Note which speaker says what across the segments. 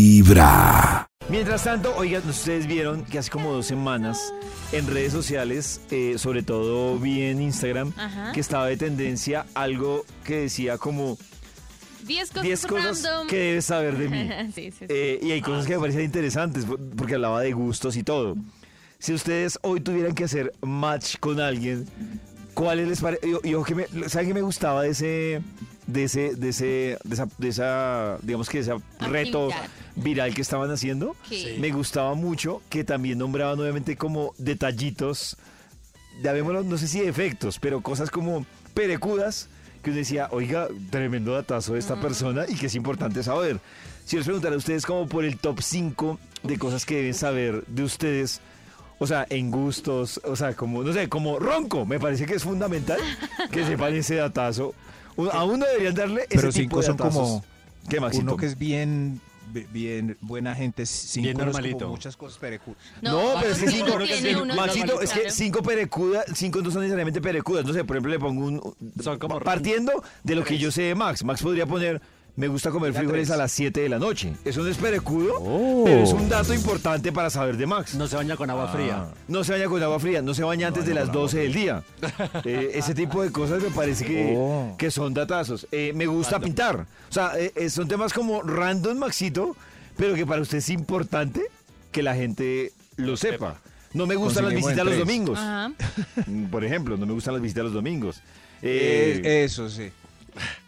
Speaker 1: Vibra.
Speaker 2: Mientras tanto, oigan, ustedes vieron que hace como dos semanas en redes sociales, eh, sobre todo vi en Instagram,
Speaker 3: Ajá.
Speaker 2: que estaba de tendencia algo que decía como
Speaker 3: 10 cosas,
Speaker 2: 10 cosas
Speaker 3: random.
Speaker 2: que debes saber de mí.
Speaker 3: sí, sí, Ah, sí.
Speaker 2: Eh, y hay cosas que me parecían interesantes por- porque hablaba de gustos y todo. Si ustedes hoy tuvieran que hacer match con alguien, ¿cuáles les parece? Y, y ojo que me, ¿saben qué me gustaba de ese, de ese, de ese, de esa, de esa digamos que ese reto
Speaker 3: Actividad.
Speaker 2: viral que estaban haciendo?
Speaker 3: ¿Qué?
Speaker 2: Me gustaba mucho que también nombraban obviamente como detallitos, ya vémoslo, no sé si defectos, pero cosas como perecudas, que uno decía, oiga, tremendo datazo de esta
Speaker 4: Mm.
Speaker 2: persona y que es importante saber. Si les preguntara a ustedes como por el top 5 de cosas que deben saber de ustedes, o sea, en gustos, o sea, como, no sé, como ronco, me parece que es fundamental que sepan ese datazo. Uno- A uno deberían darle ese
Speaker 5: Pero
Speaker 2: tipo
Speaker 5: cinco
Speaker 2: de
Speaker 5: son
Speaker 2: datazos.
Speaker 5: como
Speaker 2: ¿Qué, Maxito?
Speaker 5: uno que es bien bi- bien buena gente sin
Speaker 4: Bien normalito.
Speaker 5: muchas cosas perecu-
Speaker 2: No, pero es que
Speaker 3: uno
Speaker 2: cinco,
Speaker 4: creo que
Speaker 3: tiene
Speaker 4: sí,
Speaker 3: uno
Speaker 2: Maxito,
Speaker 3: normal,
Speaker 2: es que
Speaker 3: claro.
Speaker 2: cinco perecudas, cinco no son necesariamente perecudas. No sé, por ejemplo, le pongo un.
Speaker 4: Son como
Speaker 2: partiendo de lo que yo sé de Max. Max podría poner. Me gusta comer
Speaker 5: Ya
Speaker 2: frijoles
Speaker 5: tres.
Speaker 2: a las 7 de la noche. Eso no es perecudo,
Speaker 5: Oh.
Speaker 2: pero es un dato importante para saber de Max. No,
Speaker 4: No se baña con agua fría.
Speaker 2: se baña con agua fría, no se baña antes de las 12 del día. Eh, ese tipo de cosas me parece que,
Speaker 5: Oh.
Speaker 2: que son datazos. Eh, me gusta pintar. O sea, eh, eh, son temas como random, Maxito, pero que para usted es importante que la gente lo sepa. No me gustan las
Speaker 5: Conseguimos en
Speaker 2: visitas los
Speaker 5: tres.
Speaker 2: domingos.
Speaker 3: Ajá.
Speaker 2: Mm, Por ejemplo, no me gustan las visitas los domingos.
Speaker 5: Eh,
Speaker 2: Eh,
Speaker 5: eso sí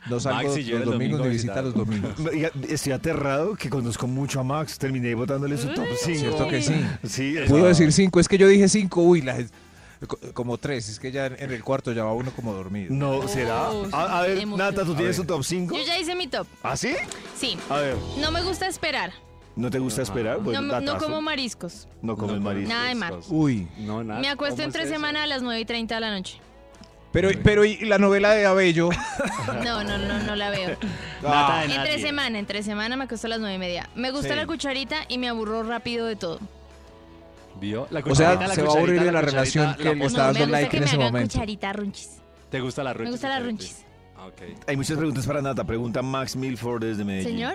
Speaker 5: no salgo
Speaker 4: Maxi, yo
Speaker 5: los
Speaker 4: el domingo
Speaker 5: domingos ni
Speaker 4: a
Speaker 5: visita
Speaker 4: visitar.
Speaker 5: los domingos
Speaker 2: oiga, Estoy aterrado que conozco mucho a Max. Terminé votándole su top 5.
Speaker 5: cierto que sí.
Speaker 2: Sí, es-
Speaker 5: pudo decir cinco es que yo dije cinco uy la gen- co- como tres es que ya en el cuarto ya va uno como dormido
Speaker 2: No, será.
Speaker 3: Oh,
Speaker 2: A, a ver,
Speaker 3: hemos-
Speaker 2: Nata, ¿tú
Speaker 5: A
Speaker 2: tienes
Speaker 5: ver.
Speaker 2: tu top 5?
Speaker 3: Yo ya hice mi top.
Speaker 2: ¿Ah, sí?
Speaker 3: Sí.
Speaker 2: A ver,
Speaker 3: No me gusta esperar.
Speaker 2: ¿no te gusta esperar?
Speaker 3: No,
Speaker 2: Bueno,
Speaker 3: me- no
Speaker 2: datazo.
Speaker 3: como mariscos.
Speaker 2: No comes mariscos.
Speaker 3: Nada de mar.
Speaker 5: uy
Speaker 4: No, nada.
Speaker 3: Me acuesto
Speaker 4: ¿Cómo
Speaker 3: entre
Speaker 4: es eso?
Speaker 3: semana a las 9 y 30 de la noche.
Speaker 5: pero pero y la novela de Abello
Speaker 3: No, no, no, no la veo.
Speaker 4: Nata de nadie.
Speaker 3: Entre semana, entre semana me acuesto a las 9 y media. Me gusta
Speaker 4: Sí.
Speaker 3: la cucharita y me aburro rápido de todo.
Speaker 4: ¿Vio? La
Speaker 5: o sea
Speaker 4: cucharita, la
Speaker 5: se va a aburrir
Speaker 4: cucharita,
Speaker 5: de la
Speaker 4: cucharita,
Speaker 5: relación
Speaker 4: la
Speaker 5: que le
Speaker 4: voz.
Speaker 5: está
Speaker 3: No, me
Speaker 5: dando
Speaker 3: gusta
Speaker 5: like
Speaker 3: que
Speaker 5: en
Speaker 3: me
Speaker 5: ese
Speaker 3: hagan
Speaker 5: momento
Speaker 3: cucharita runchis.
Speaker 4: ¿Te gusta la runchis?
Speaker 3: Me gusta la
Speaker 4: diferente?
Speaker 3: runchis.
Speaker 4: Ah, ok.
Speaker 2: Hay muchas preguntas para Nata. Pregunta Max Milford desde Medellín.
Speaker 3: Señor.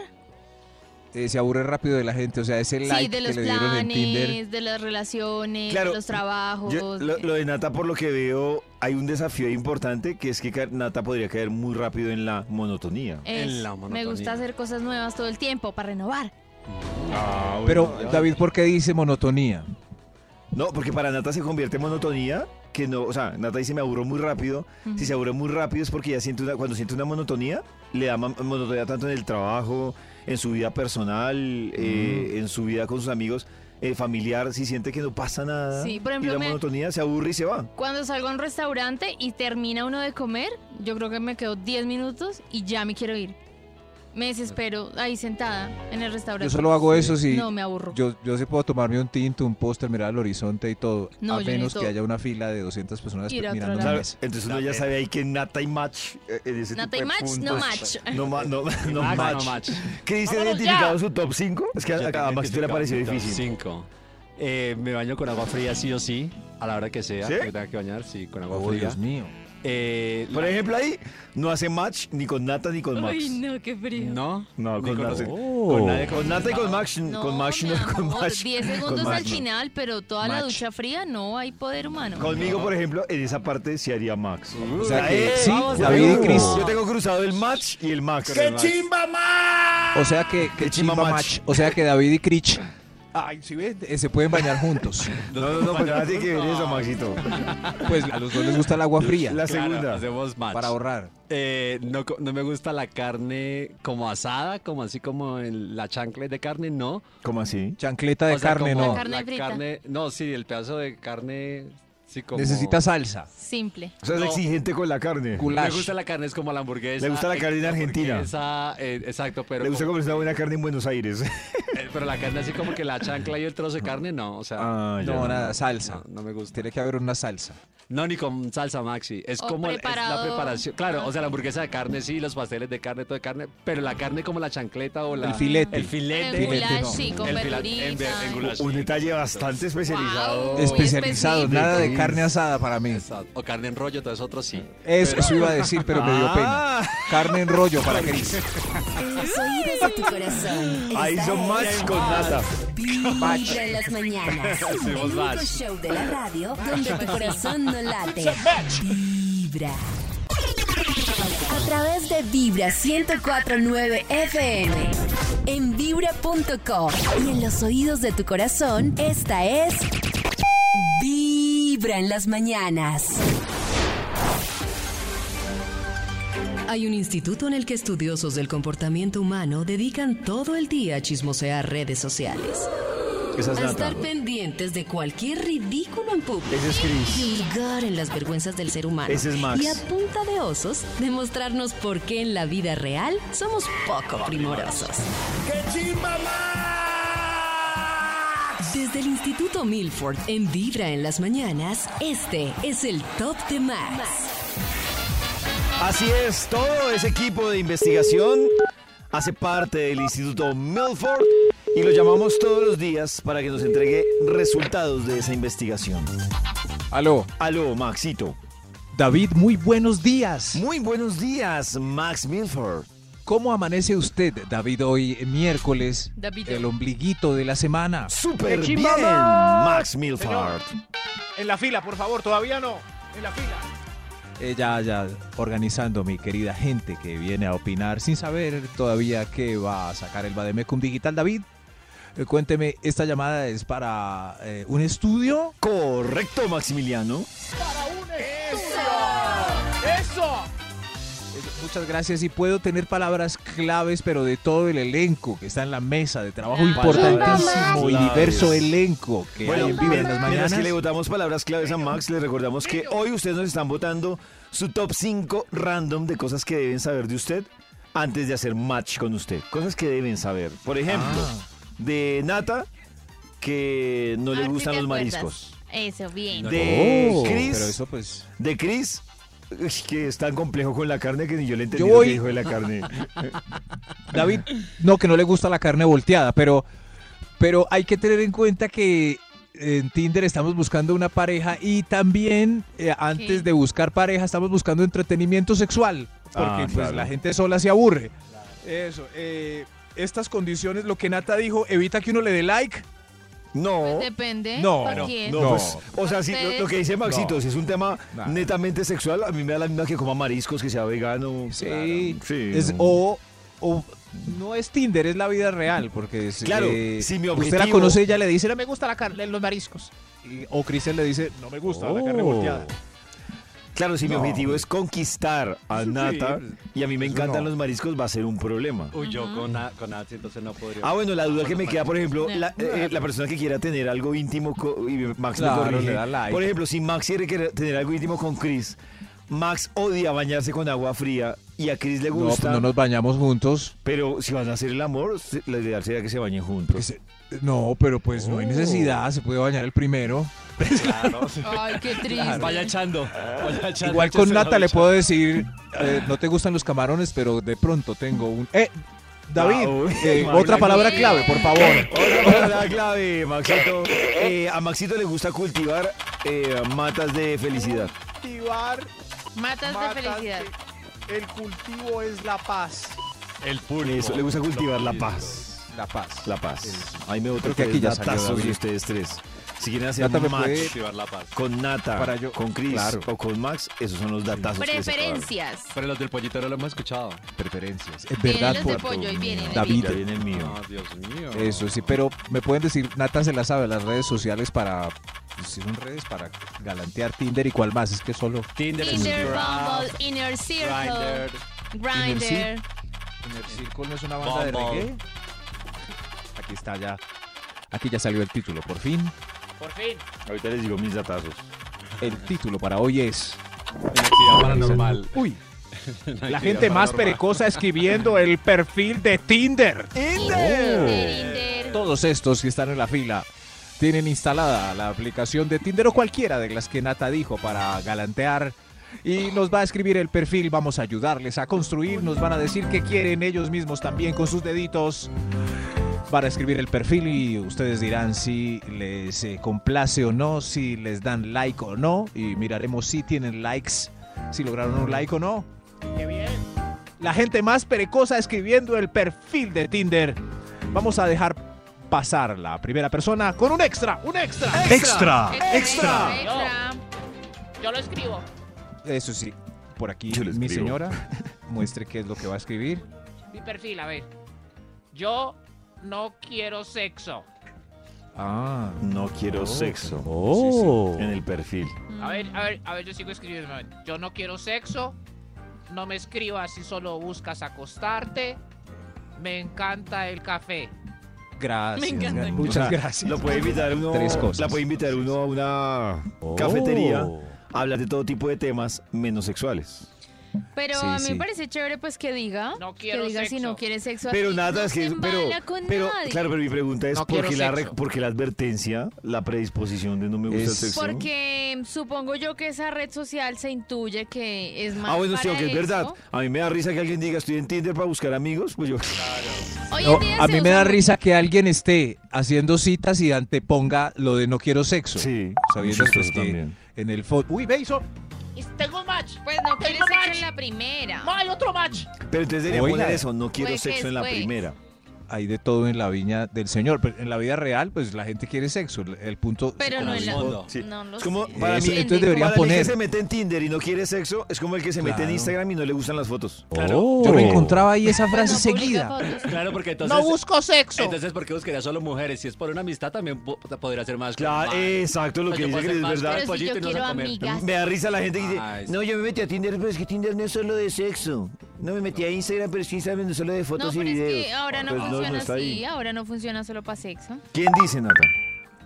Speaker 5: Eh, se aburre rápido de la gente o sea ese
Speaker 3: Sí,
Speaker 5: like
Speaker 3: de
Speaker 5: que
Speaker 3: los
Speaker 5: le dieron en Tinder
Speaker 3: planes, de las relaciones,
Speaker 2: Claro,
Speaker 3: de los trabajos.
Speaker 2: Yo- lo,
Speaker 3: de-
Speaker 2: lo de Nata, por lo que veo, hay un desafío importante que es que ca- Nata podría caer muy rápido en la monotonía.
Speaker 3: Es-
Speaker 4: En la
Speaker 3: me
Speaker 4: monotonía.
Speaker 3: gusta hacer cosas nuevas todo el tiempo para renovar.
Speaker 2: Ah,
Speaker 5: Pero David, ¿por qué dice monotonía?
Speaker 2: No, porque para Nata se convierte en monotonía, que no, o sea, Nata dice me aburro muy rápido. Si se aburre muy rápido es porque ya siente una, cuando siente una monotonía, le da ma- monotonía tanto en el trabajo, en su vida personal, eh, en su vida con sus amigos, eh, familiar, si siente que no pasa nada.
Speaker 3: Sí, por
Speaker 2: y
Speaker 3: ejemplo,
Speaker 2: la
Speaker 3: me-
Speaker 2: monotonía se aburre y se va.
Speaker 3: Cuando salgo a un restaurante y termina uno de comer, yo creo que me quedo 10 minutos y ya me quiero ir. Me desespero ahí sentada en el restaurante.
Speaker 5: Yo solo hago eso si
Speaker 3: No, me aburro.
Speaker 5: yo, yo sí puedo tomarme un tinto, un póster, mirar al horizonte y todo,
Speaker 3: No,
Speaker 5: a
Speaker 3: yo
Speaker 5: menos que
Speaker 3: necesito
Speaker 5: haya una fila de 200 personas
Speaker 3: ir a otro
Speaker 5: mirando
Speaker 3: lado.
Speaker 5: la
Speaker 2: Claro,
Speaker 5: mesa.
Speaker 2: entonces uno ya sabe ahí que Nata y Match eh, en ese
Speaker 3: Nata
Speaker 2: tipo
Speaker 3: y
Speaker 2: de
Speaker 3: match, no
Speaker 2: puntos.
Speaker 3: match.
Speaker 2: No, ma- no, no
Speaker 4: Max,
Speaker 2: match.
Speaker 4: Ah, no match.
Speaker 2: ¿Qué dice
Speaker 3: ¡Vámonos
Speaker 2: identificado
Speaker 3: ya!
Speaker 2: su top 5? Es que
Speaker 4: Yo
Speaker 2: a, a
Speaker 4: tengo
Speaker 2: Maxito pues, le ha
Speaker 4: identificado
Speaker 2: parecido
Speaker 4: mi top
Speaker 2: difícil.
Speaker 4: Cinco. Eh, me baño con agua fría sí o sí, a la hora que sea.
Speaker 2: ¿Sí?
Speaker 4: que me tenga que bañar, sí, con agua
Speaker 5: Oh,
Speaker 4: fría.
Speaker 5: Dios mío.
Speaker 4: Eh,
Speaker 2: Por
Speaker 4: la-
Speaker 2: ejemplo, ahí no hace match ni con Nata ni con Max.
Speaker 3: Uy, no, qué frío.
Speaker 4: No,
Speaker 2: No,
Speaker 4: ni
Speaker 2: con,
Speaker 4: con
Speaker 2: Nata.
Speaker 4: los-
Speaker 5: Oh.
Speaker 2: Con, nadie- con Nata y con Max.
Speaker 3: No,
Speaker 2: con Max,
Speaker 3: mi
Speaker 2: no, con
Speaker 3: amor,
Speaker 2: Max.
Speaker 3: 10
Speaker 2: con
Speaker 3: segundos
Speaker 2: Max,
Speaker 3: al
Speaker 2: no.
Speaker 3: final, pero toda la
Speaker 4: Match.
Speaker 3: ducha fría no hay poder humano.
Speaker 2: Conmigo, por ejemplo, en esa parte se haría Max.
Speaker 5: O sea que
Speaker 2: ¡Eh!
Speaker 5: sí,
Speaker 2: Vamos,
Speaker 5: David
Speaker 2: yo
Speaker 5: y
Speaker 2: tengo-
Speaker 5: Cris.
Speaker 2: Yo tengo cruzado el match y el Max. El Max.
Speaker 5: O sea que, que
Speaker 2: Qué
Speaker 5: chimba
Speaker 2: chimba
Speaker 5: match. O sea que David y Cris eh, se pueden bañar juntos.
Speaker 2: No, no, no, pero nada tiene que ver eso, Maxito.
Speaker 5: Pues a los dos les gusta el agua fría
Speaker 2: La
Speaker 4: Claro,
Speaker 2: segunda.
Speaker 4: hacemos match.
Speaker 5: para ahorrar.
Speaker 4: Eh, no, co- no me gusta la carne como asada, como así como en la chancla de carne, no.
Speaker 2: ¿Cómo así?
Speaker 5: Chancleta de
Speaker 4: O sea,
Speaker 5: carne,
Speaker 4: como
Speaker 5: no.
Speaker 3: La carne frita.
Speaker 4: carne- no, sí, el pedazo de carne, sí, como...
Speaker 5: Necesita salsa.
Speaker 3: Simple.
Speaker 2: O sea, es
Speaker 4: No.
Speaker 2: exigente con la carne.
Speaker 4: Me
Speaker 5: Goulash.
Speaker 4: gusta la carne, es como la hamburguesa.
Speaker 2: Le gusta la carne en Argentina.
Speaker 4: hamburguesa, eh, exacto, pero,
Speaker 2: Le gusta
Speaker 4: como-
Speaker 2: comer una buena carne en Buenos Aires.
Speaker 4: eh, pero la carne así como que la chancla y el trozo de carne, no, o sea...
Speaker 2: Ah, ya.
Speaker 5: No, nada, salsa.
Speaker 4: No, no me gusta.
Speaker 5: Tiene que haber una salsa.
Speaker 4: No, ni con salsa maxi. Es
Speaker 3: O
Speaker 4: como el- es
Speaker 3: preparado.
Speaker 4: la preparación. Claro, o sea, la hamburguesa de carne, sí, los pasteles de carne, todo de carne. Pero la carne como la chancleta o la.
Speaker 5: El filete.
Speaker 4: El filete.
Speaker 3: En goulash,
Speaker 5: no.
Speaker 3: sí, con
Speaker 4: El fila- en ver-
Speaker 3: verdurita.
Speaker 4: en goulash.
Speaker 2: Un detalle bastante especializado.
Speaker 3: Wow. Muy
Speaker 5: Especializado,
Speaker 3: específico.
Speaker 5: nada de carne asada para mí.
Speaker 4: Exacto. O carne en rollo, todo eso otro sí.
Speaker 5: Eso,
Speaker 4: Pero-
Speaker 5: eso iba a decir, pero me dio pena.
Speaker 2: Ah.
Speaker 5: Carne en rollo para Cris.
Speaker 1: En los oídos de tu corazón.
Speaker 2: Ahí
Speaker 1: Esta
Speaker 2: son más
Speaker 1: es
Speaker 2: con nata.
Speaker 1: Vibra en las mañanas. El
Speaker 4: Hacemos
Speaker 1: único
Speaker 4: match.
Speaker 1: show de la radio donde tu corazón no late. Vibra. A través de Vibra 104.9 FM. En vibra.com. Y en los oídos de tu corazón, esta es... Vibra en las mañanas.
Speaker 6: Hay un instituto en el que estudiosos del comportamiento humano dedican todo el día a chismosear redes sociales,
Speaker 2: Esa es
Speaker 6: a
Speaker 2: nata.
Speaker 6: estar pendientes de cualquier ridículo en público.
Speaker 2: Ese es Chris.
Speaker 6: Vulgar en las vergüenzas del ser humano.
Speaker 2: Ese es Max.
Speaker 6: Ah, Y a punta de osos, demostrarnos por qué en la vida real somos poco primorosos. Desde el Instituto Milford, en Vibra en las mañanas, este es el Top de Max.
Speaker 2: Así es, todo ese equipo de investigación hace parte del Instituto Milford y lo llamamos todos los días para que nos entregue resultados de esa investigación.
Speaker 5: Aló.
Speaker 2: Aló, Maxito.
Speaker 5: David, muy buenos días.
Speaker 2: Muy buenos días, Max Milford.
Speaker 5: ¿Cómo amanece usted, David, hoy miércoles?
Speaker 3: David.
Speaker 5: El ombliguito de la semana.
Speaker 2: Súper bien, Max Milford.
Speaker 7: En la fila, por favor, todavía no. En la fila.
Speaker 5: Eh, ya, ya, organizando mi querida gente que viene a opinar sin saber todavía qué va a sacar el Bademecum Digital. David, eh, cuénteme, ¿esta llamada es para eh, un estudio?
Speaker 2: Correcto, Maximiliano.
Speaker 7: ¡Eso!
Speaker 5: Eh, Muchas gracias y puedo tener palabras claves, pero de todo el elenco que está en la mesa de
Speaker 2: Ah,
Speaker 5: trabajo
Speaker 4: Palabras
Speaker 5: importantísimo y
Speaker 2: claves.
Speaker 5: diverso elenco que hay en Vibra en las
Speaker 2: mientras
Speaker 5: mañanas.
Speaker 2: que le votamos palabras claves a Max, le recordamos que hoy ustedes nos están votando su top 5 random de cosas que deben saber de usted antes de hacer match con usted. Cosas que deben saber. Por ejemplo,
Speaker 5: Ah.
Speaker 2: de Nata, que no
Speaker 3: A
Speaker 2: le
Speaker 3: ver si
Speaker 2: gustan
Speaker 3: Ah, te
Speaker 2: los
Speaker 3: acuerdas.
Speaker 2: mariscos.
Speaker 3: Eso, bien.
Speaker 2: De
Speaker 5: Oh,
Speaker 2: Chris.
Speaker 5: pero eso pues...
Speaker 2: De Chris, uy, que es tan complejo con la carne que ni yo le entendí
Speaker 5: Yo
Speaker 2: lo que
Speaker 5: voy-
Speaker 2: dijo de la carne.
Speaker 5: David, no, que no le gusta la carne volteada, pero, pero hay que tener en cuenta que en Tinder estamos buscando una pareja y también eh, antes de buscar pareja estamos buscando entretenimiento sexual, porque
Speaker 2: Ah,
Speaker 5: pues,
Speaker 2: claro.
Speaker 5: la gente sola se aburre. Eso, eh, estas condiciones, lo que Nata dijo, evita que uno le dé like.
Speaker 2: No.
Speaker 3: Pues Depende.
Speaker 5: No,
Speaker 3: ¿por
Speaker 5: no,
Speaker 3: quién?
Speaker 2: No,
Speaker 5: No.
Speaker 2: pues, o sea, si, lo,
Speaker 3: Ustedes-
Speaker 2: lo que dice Maxito,
Speaker 5: No.
Speaker 2: si es un tema
Speaker 5: Nah.
Speaker 2: netamente sexual, a mí me da la misma que coma mariscos, que sea vegano.
Speaker 5: Eh,
Speaker 2: Claro, sí,
Speaker 5: Es,
Speaker 2: no.
Speaker 5: o, o no es Tinder, es la vida real, porque es, eh,
Speaker 2: Claro, si
Speaker 5: usted
Speaker 2: mi
Speaker 5: la
Speaker 2: objetivo-
Speaker 5: conoce y ella le dice, "No me
Speaker 7: Me gusta la carne, los mariscos.
Speaker 5: gu-", o Cristian le dice, no me gusta la carne
Speaker 2: Oh.
Speaker 5: volteada.
Speaker 2: Claro, si mi
Speaker 5: No.
Speaker 2: objetivo es conquistar a Nata y a mí me
Speaker 5: eso
Speaker 2: encantan
Speaker 5: pues, no.
Speaker 2: los mariscos, va a ser un problema.
Speaker 4: Uy, yo con, a- con Nancy entonces no podría.
Speaker 2: Ah, bueno, la duda que me queda, por ejemplo,
Speaker 3: No.
Speaker 2: la, eh, eh, la persona que quiera tener algo íntimo co- y Max me
Speaker 5: Claro,
Speaker 2: corrige.
Speaker 5: le da like.
Speaker 2: Por ejemplo, si Max quiere querer tener algo íntimo con Chris, Max odia bañarse con agua fría y a Chris le
Speaker 5: No, pues
Speaker 2: gusta,
Speaker 5: no nos bañamos juntos.
Speaker 2: pero si van a hacer el amor, se- la idea sería que se bañen juntos.
Speaker 5: Pues, eh, no, pero pues no hay necesidad, se puede bañar el primero.
Speaker 3: Ay, qué triste.
Speaker 4: Vaya echando. vaya echando,
Speaker 5: Igual con
Speaker 4: échese la
Speaker 5: Nata le
Speaker 4: ducha.
Speaker 5: puedo decir, eh, no te gustan los camarones, pero de pronto tengo un... ¡Eh! David,
Speaker 2: Ah, uy,
Speaker 5: eh,
Speaker 2: Mauro.
Speaker 5: otra palabra clave, por favor.
Speaker 2: Otra palabra clave, Maxito. Eh, a Maxito le gusta cultivar eh, matas de felicidad.
Speaker 7: Cultivar.
Speaker 3: Matas de
Speaker 7: matas
Speaker 3: felicidad.
Speaker 7: de- El cultivo es la paz.
Speaker 4: El pulpo.
Speaker 2: Eso, le gusta cultivar la paz.
Speaker 5: La paz.
Speaker 2: La paz. Ahí me voto
Speaker 5: Creo que aquí ya salió
Speaker 2: natazos
Speaker 5: David.
Speaker 2: y ustedes tres. Si quieren hacer
Speaker 5: Nata, ¿me
Speaker 2: match
Speaker 5: puede-
Speaker 4: Cultivar la paz.
Speaker 2: con Nata,
Speaker 5: Para yo-
Speaker 2: con Chris
Speaker 5: Claro.
Speaker 2: o con Max, esos son los datazos. que les acabo de dar.
Speaker 3: Preferencias.
Speaker 4: Pero los del pollito no lo hemos escuchado.
Speaker 5: Preferencias. Es
Speaker 3: Vienen
Speaker 5: verdad,
Speaker 3: los de
Speaker 5: por-
Speaker 3: pollo y vienen. ahí
Speaker 5: David.
Speaker 2: Ya viene el mío.
Speaker 4: Ah, Dios mío.
Speaker 5: Eso sí, pero me pueden decir, Nata se la sabe, las redes sociales para... pues, Si son redes para galantear Tinder y cuál más, es que solo... Ah,
Speaker 4: Tinder,
Speaker 3: Tinder,
Speaker 4: Scrabble,
Speaker 3: Bumble, Inner Circle,
Speaker 4: Grindr.
Speaker 3: Grinder.
Speaker 5: el círculo no es una banda
Speaker 4: Bumble.
Speaker 5: de reggae. Aquí está ya. Aquí ya salió el título, por fin.
Speaker 7: Por fin.
Speaker 2: Ahorita les digo mis datazos.
Speaker 5: El título para hoy es.
Speaker 4: Inactividad paranormal.
Speaker 5: Uy,
Speaker 4: Inactividad paranormal.
Speaker 5: perecosa escribiendo el perfil de Tinder.
Speaker 3: Tinder, Tinder.
Speaker 5: Oh. Todos estos que están en la fila tienen instalada la aplicación de Tinder o cualquiera de las que Nata dijo para galantear. Y nos va a escribir el perfil, vamos a ayudarles a construir, nos van a decir qué quieren ellos mismos también con sus deditos. Para escribir el perfil y ustedes dirán si les eh, complace o no, si les dan like o no. Y miraremos si tienen likes, si lograron un like o no.
Speaker 7: Qué bien.
Speaker 5: la gente más perecosa escribiendo el perfil de Tinder. Vamos a dejar pasar la primera persona con un extra, un extra.
Speaker 8: Extra.
Speaker 5: Extra.
Speaker 3: Extra.
Speaker 9: Yo lo escribo.
Speaker 5: Eso sí, por aquí
Speaker 2: Yo les
Speaker 5: mi
Speaker 2: escribo.
Speaker 5: señora muestre qué es lo que va a escribir.
Speaker 9: Mi perfil, a ver. Yo no quiero sexo.
Speaker 5: Ah,
Speaker 2: No quiero
Speaker 8: Oh.
Speaker 2: sexo.
Speaker 8: Oh.
Speaker 2: En el perfil.
Speaker 9: A ver, a ver, a ver, yo sigo escribiendo. a ver. Yo no quiero sexo. No me escribas si solo buscas acostarte. Me encanta el café.
Speaker 5: gracias.
Speaker 3: Me encanta.
Speaker 5: Muchas
Speaker 2: Ah, O sea,
Speaker 5: gracias.
Speaker 2: Lo puede invitar uno,
Speaker 5: Tres cosas.
Speaker 2: La puede invitar uno a una
Speaker 8: Oh.
Speaker 2: cafetería a hablar de todo tipo de temas menos sexuales.
Speaker 3: Pero
Speaker 5: Sí,
Speaker 3: a mí
Speaker 5: sí.
Speaker 3: me parece chévere pues que diga.
Speaker 9: No quiero
Speaker 3: que diga si
Speaker 9: sexo.
Speaker 3: no quiere sexo.
Speaker 2: Pero
Speaker 3: aquí,
Speaker 2: nada,
Speaker 3: no
Speaker 2: es que
Speaker 3: se
Speaker 2: pero,
Speaker 3: embala con
Speaker 2: pero
Speaker 3: nadie.
Speaker 2: claro, pero mi pregunta es
Speaker 9: No
Speaker 2: por
Speaker 9: quiero
Speaker 2: qué la
Speaker 9: sexo.
Speaker 2: re- por qué la advertencia, la predisposición de no me gusta
Speaker 5: Es-
Speaker 2: el sexo.
Speaker 3: Porque supongo yo que esa red social se intuye que es más.
Speaker 2: Ah, bueno, sí,
Speaker 3: para
Speaker 2: aunque es
Speaker 3: eso.
Speaker 2: verdad. A mí me da risa que alguien diga estoy en Tinder para buscar amigos, pues yo
Speaker 3: Hoy en
Speaker 5: No,
Speaker 3: día
Speaker 5: a
Speaker 3: se
Speaker 5: mí me
Speaker 3: usa
Speaker 5: da
Speaker 3: mucho.
Speaker 5: risa que alguien esté haciendo citas y anteponga lo de no quiero sexo.
Speaker 2: Sí,
Speaker 5: Sabiendo
Speaker 2: muchos
Speaker 5: pues, que
Speaker 2: también.
Speaker 5: en el fondo. Uy, ve, hizo.
Speaker 9: Y tengo un match.
Speaker 3: Pues no quiere
Speaker 9: Tengo
Speaker 3: sexo
Speaker 9: match.
Speaker 3: en la primera.
Speaker 9: No hay otro match.
Speaker 2: Pero entonces debería
Speaker 5: Oiga.
Speaker 2: poner eso, no quiero
Speaker 3: Pues,
Speaker 2: sexo en la
Speaker 3: pues.
Speaker 2: primera.
Speaker 5: Hay de todo en la viña del señor. Pero en la vida real, pues la gente quiere sexo. El- El punto.
Speaker 3: Pero no en la.
Speaker 4: Fondo.
Speaker 2: Sí.
Speaker 3: No lo
Speaker 2: es como
Speaker 3: sé.
Speaker 2: para
Speaker 5: Eso,
Speaker 2: mí
Speaker 5: entonces deberían
Speaker 2: para el que
Speaker 5: poner.
Speaker 2: se mete en Tinder y no quiere sexo, es como el que se mete en
Speaker 5: Claro.
Speaker 2: Instagram y no le gustan las fotos.
Speaker 5: Yo no encontraba ahí esa frase
Speaker 3: No publica
Speaker 5: seguida.
Speaker 3: fotos.
Speaker 4: Claro, porque entonces.
Speaker 9: No busco sexo.
Speaker 4: Entonces, ¿por qué buscaría solo mujeres? Si es por una amistad, también po- podría ser más.
Speaker 2: Claro,
Speaker 4: formal.
Speaker 2: exacto, lo
Speaker 4: Pues
Speaker 2: que
Speaker 4: yo
Speaker 2: dice
Speaker 4: puedo
Speaker 2: Cris,
Speaker 4: ser más
Speaker 2: ¿verdad?
Speaker 4: claro,
Speaker 3: Pero si
Speaker 4: pollito
Speaker 3: yo
Speaker 4: y no se
Speaker 3: quiero
Speaker 4: comer.
Speaker 3: amigas.
Speaker 2: Me da risa la gente que dice,
Speaker 4: Ay, sí.
Speaker 2: no, yo me metí a Tinder, pero es que Tinder no es solo de sexo. No me metí a Instagram, pero es que Instagram no es solo de
Speaker 3: No,
Speaker 2: fotos
Speaker 3: pero
Speaker 2: y
Speaker 3: es
Speaker 2: videos.
Speaker 3: que ahora no
Speaker 2: Pues
Speaker 3: funciona
Speaker 2: está ahí.
Speaker 3: así. Ahora no funciona solo para sexo.
Speaker 2: ¿Quién dice, Nata?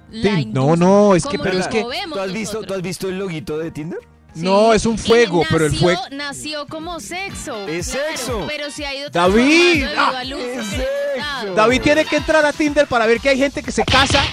Speaker 3: La
Speaker 5: Tin- no,
Speaker 3: industria-
Speaker 5: no, es que-
Speaker 3: ¿Cómo
Speaker 5: pero
Speaker 3: nos
Speaker 5: es que-
Speaker 3: movemos
Speaker 2: ¿Tú has, visto, ¿Tú
Speaker 3: nosotros?
Speaker 2: has visto el loguito de Tinder?
Speaker 3: Sí,
Speaker 5: No, es un
Speaker 3: que
Speaker 5: fuego, pero el
Speaker 3: nació-
Speaker 5: fuego.
Speaker 3: Nació como sexo.
Speaker 2: Es
Speaker 3: claro,
Speaker 2: sexo.
Speaker 3: Pero se ha ido
Speaker 5: David,
Speaker 3: transformando debido
Speaker 5: ah,
Speaker 3: al uso que
Speaker 2: es
Speaker 3: le hemos
Speaker 2: sexo.
Speaker 3: dado.
Speaker 5: David tiene que entrar a Tinder para ver que hay gente que se casa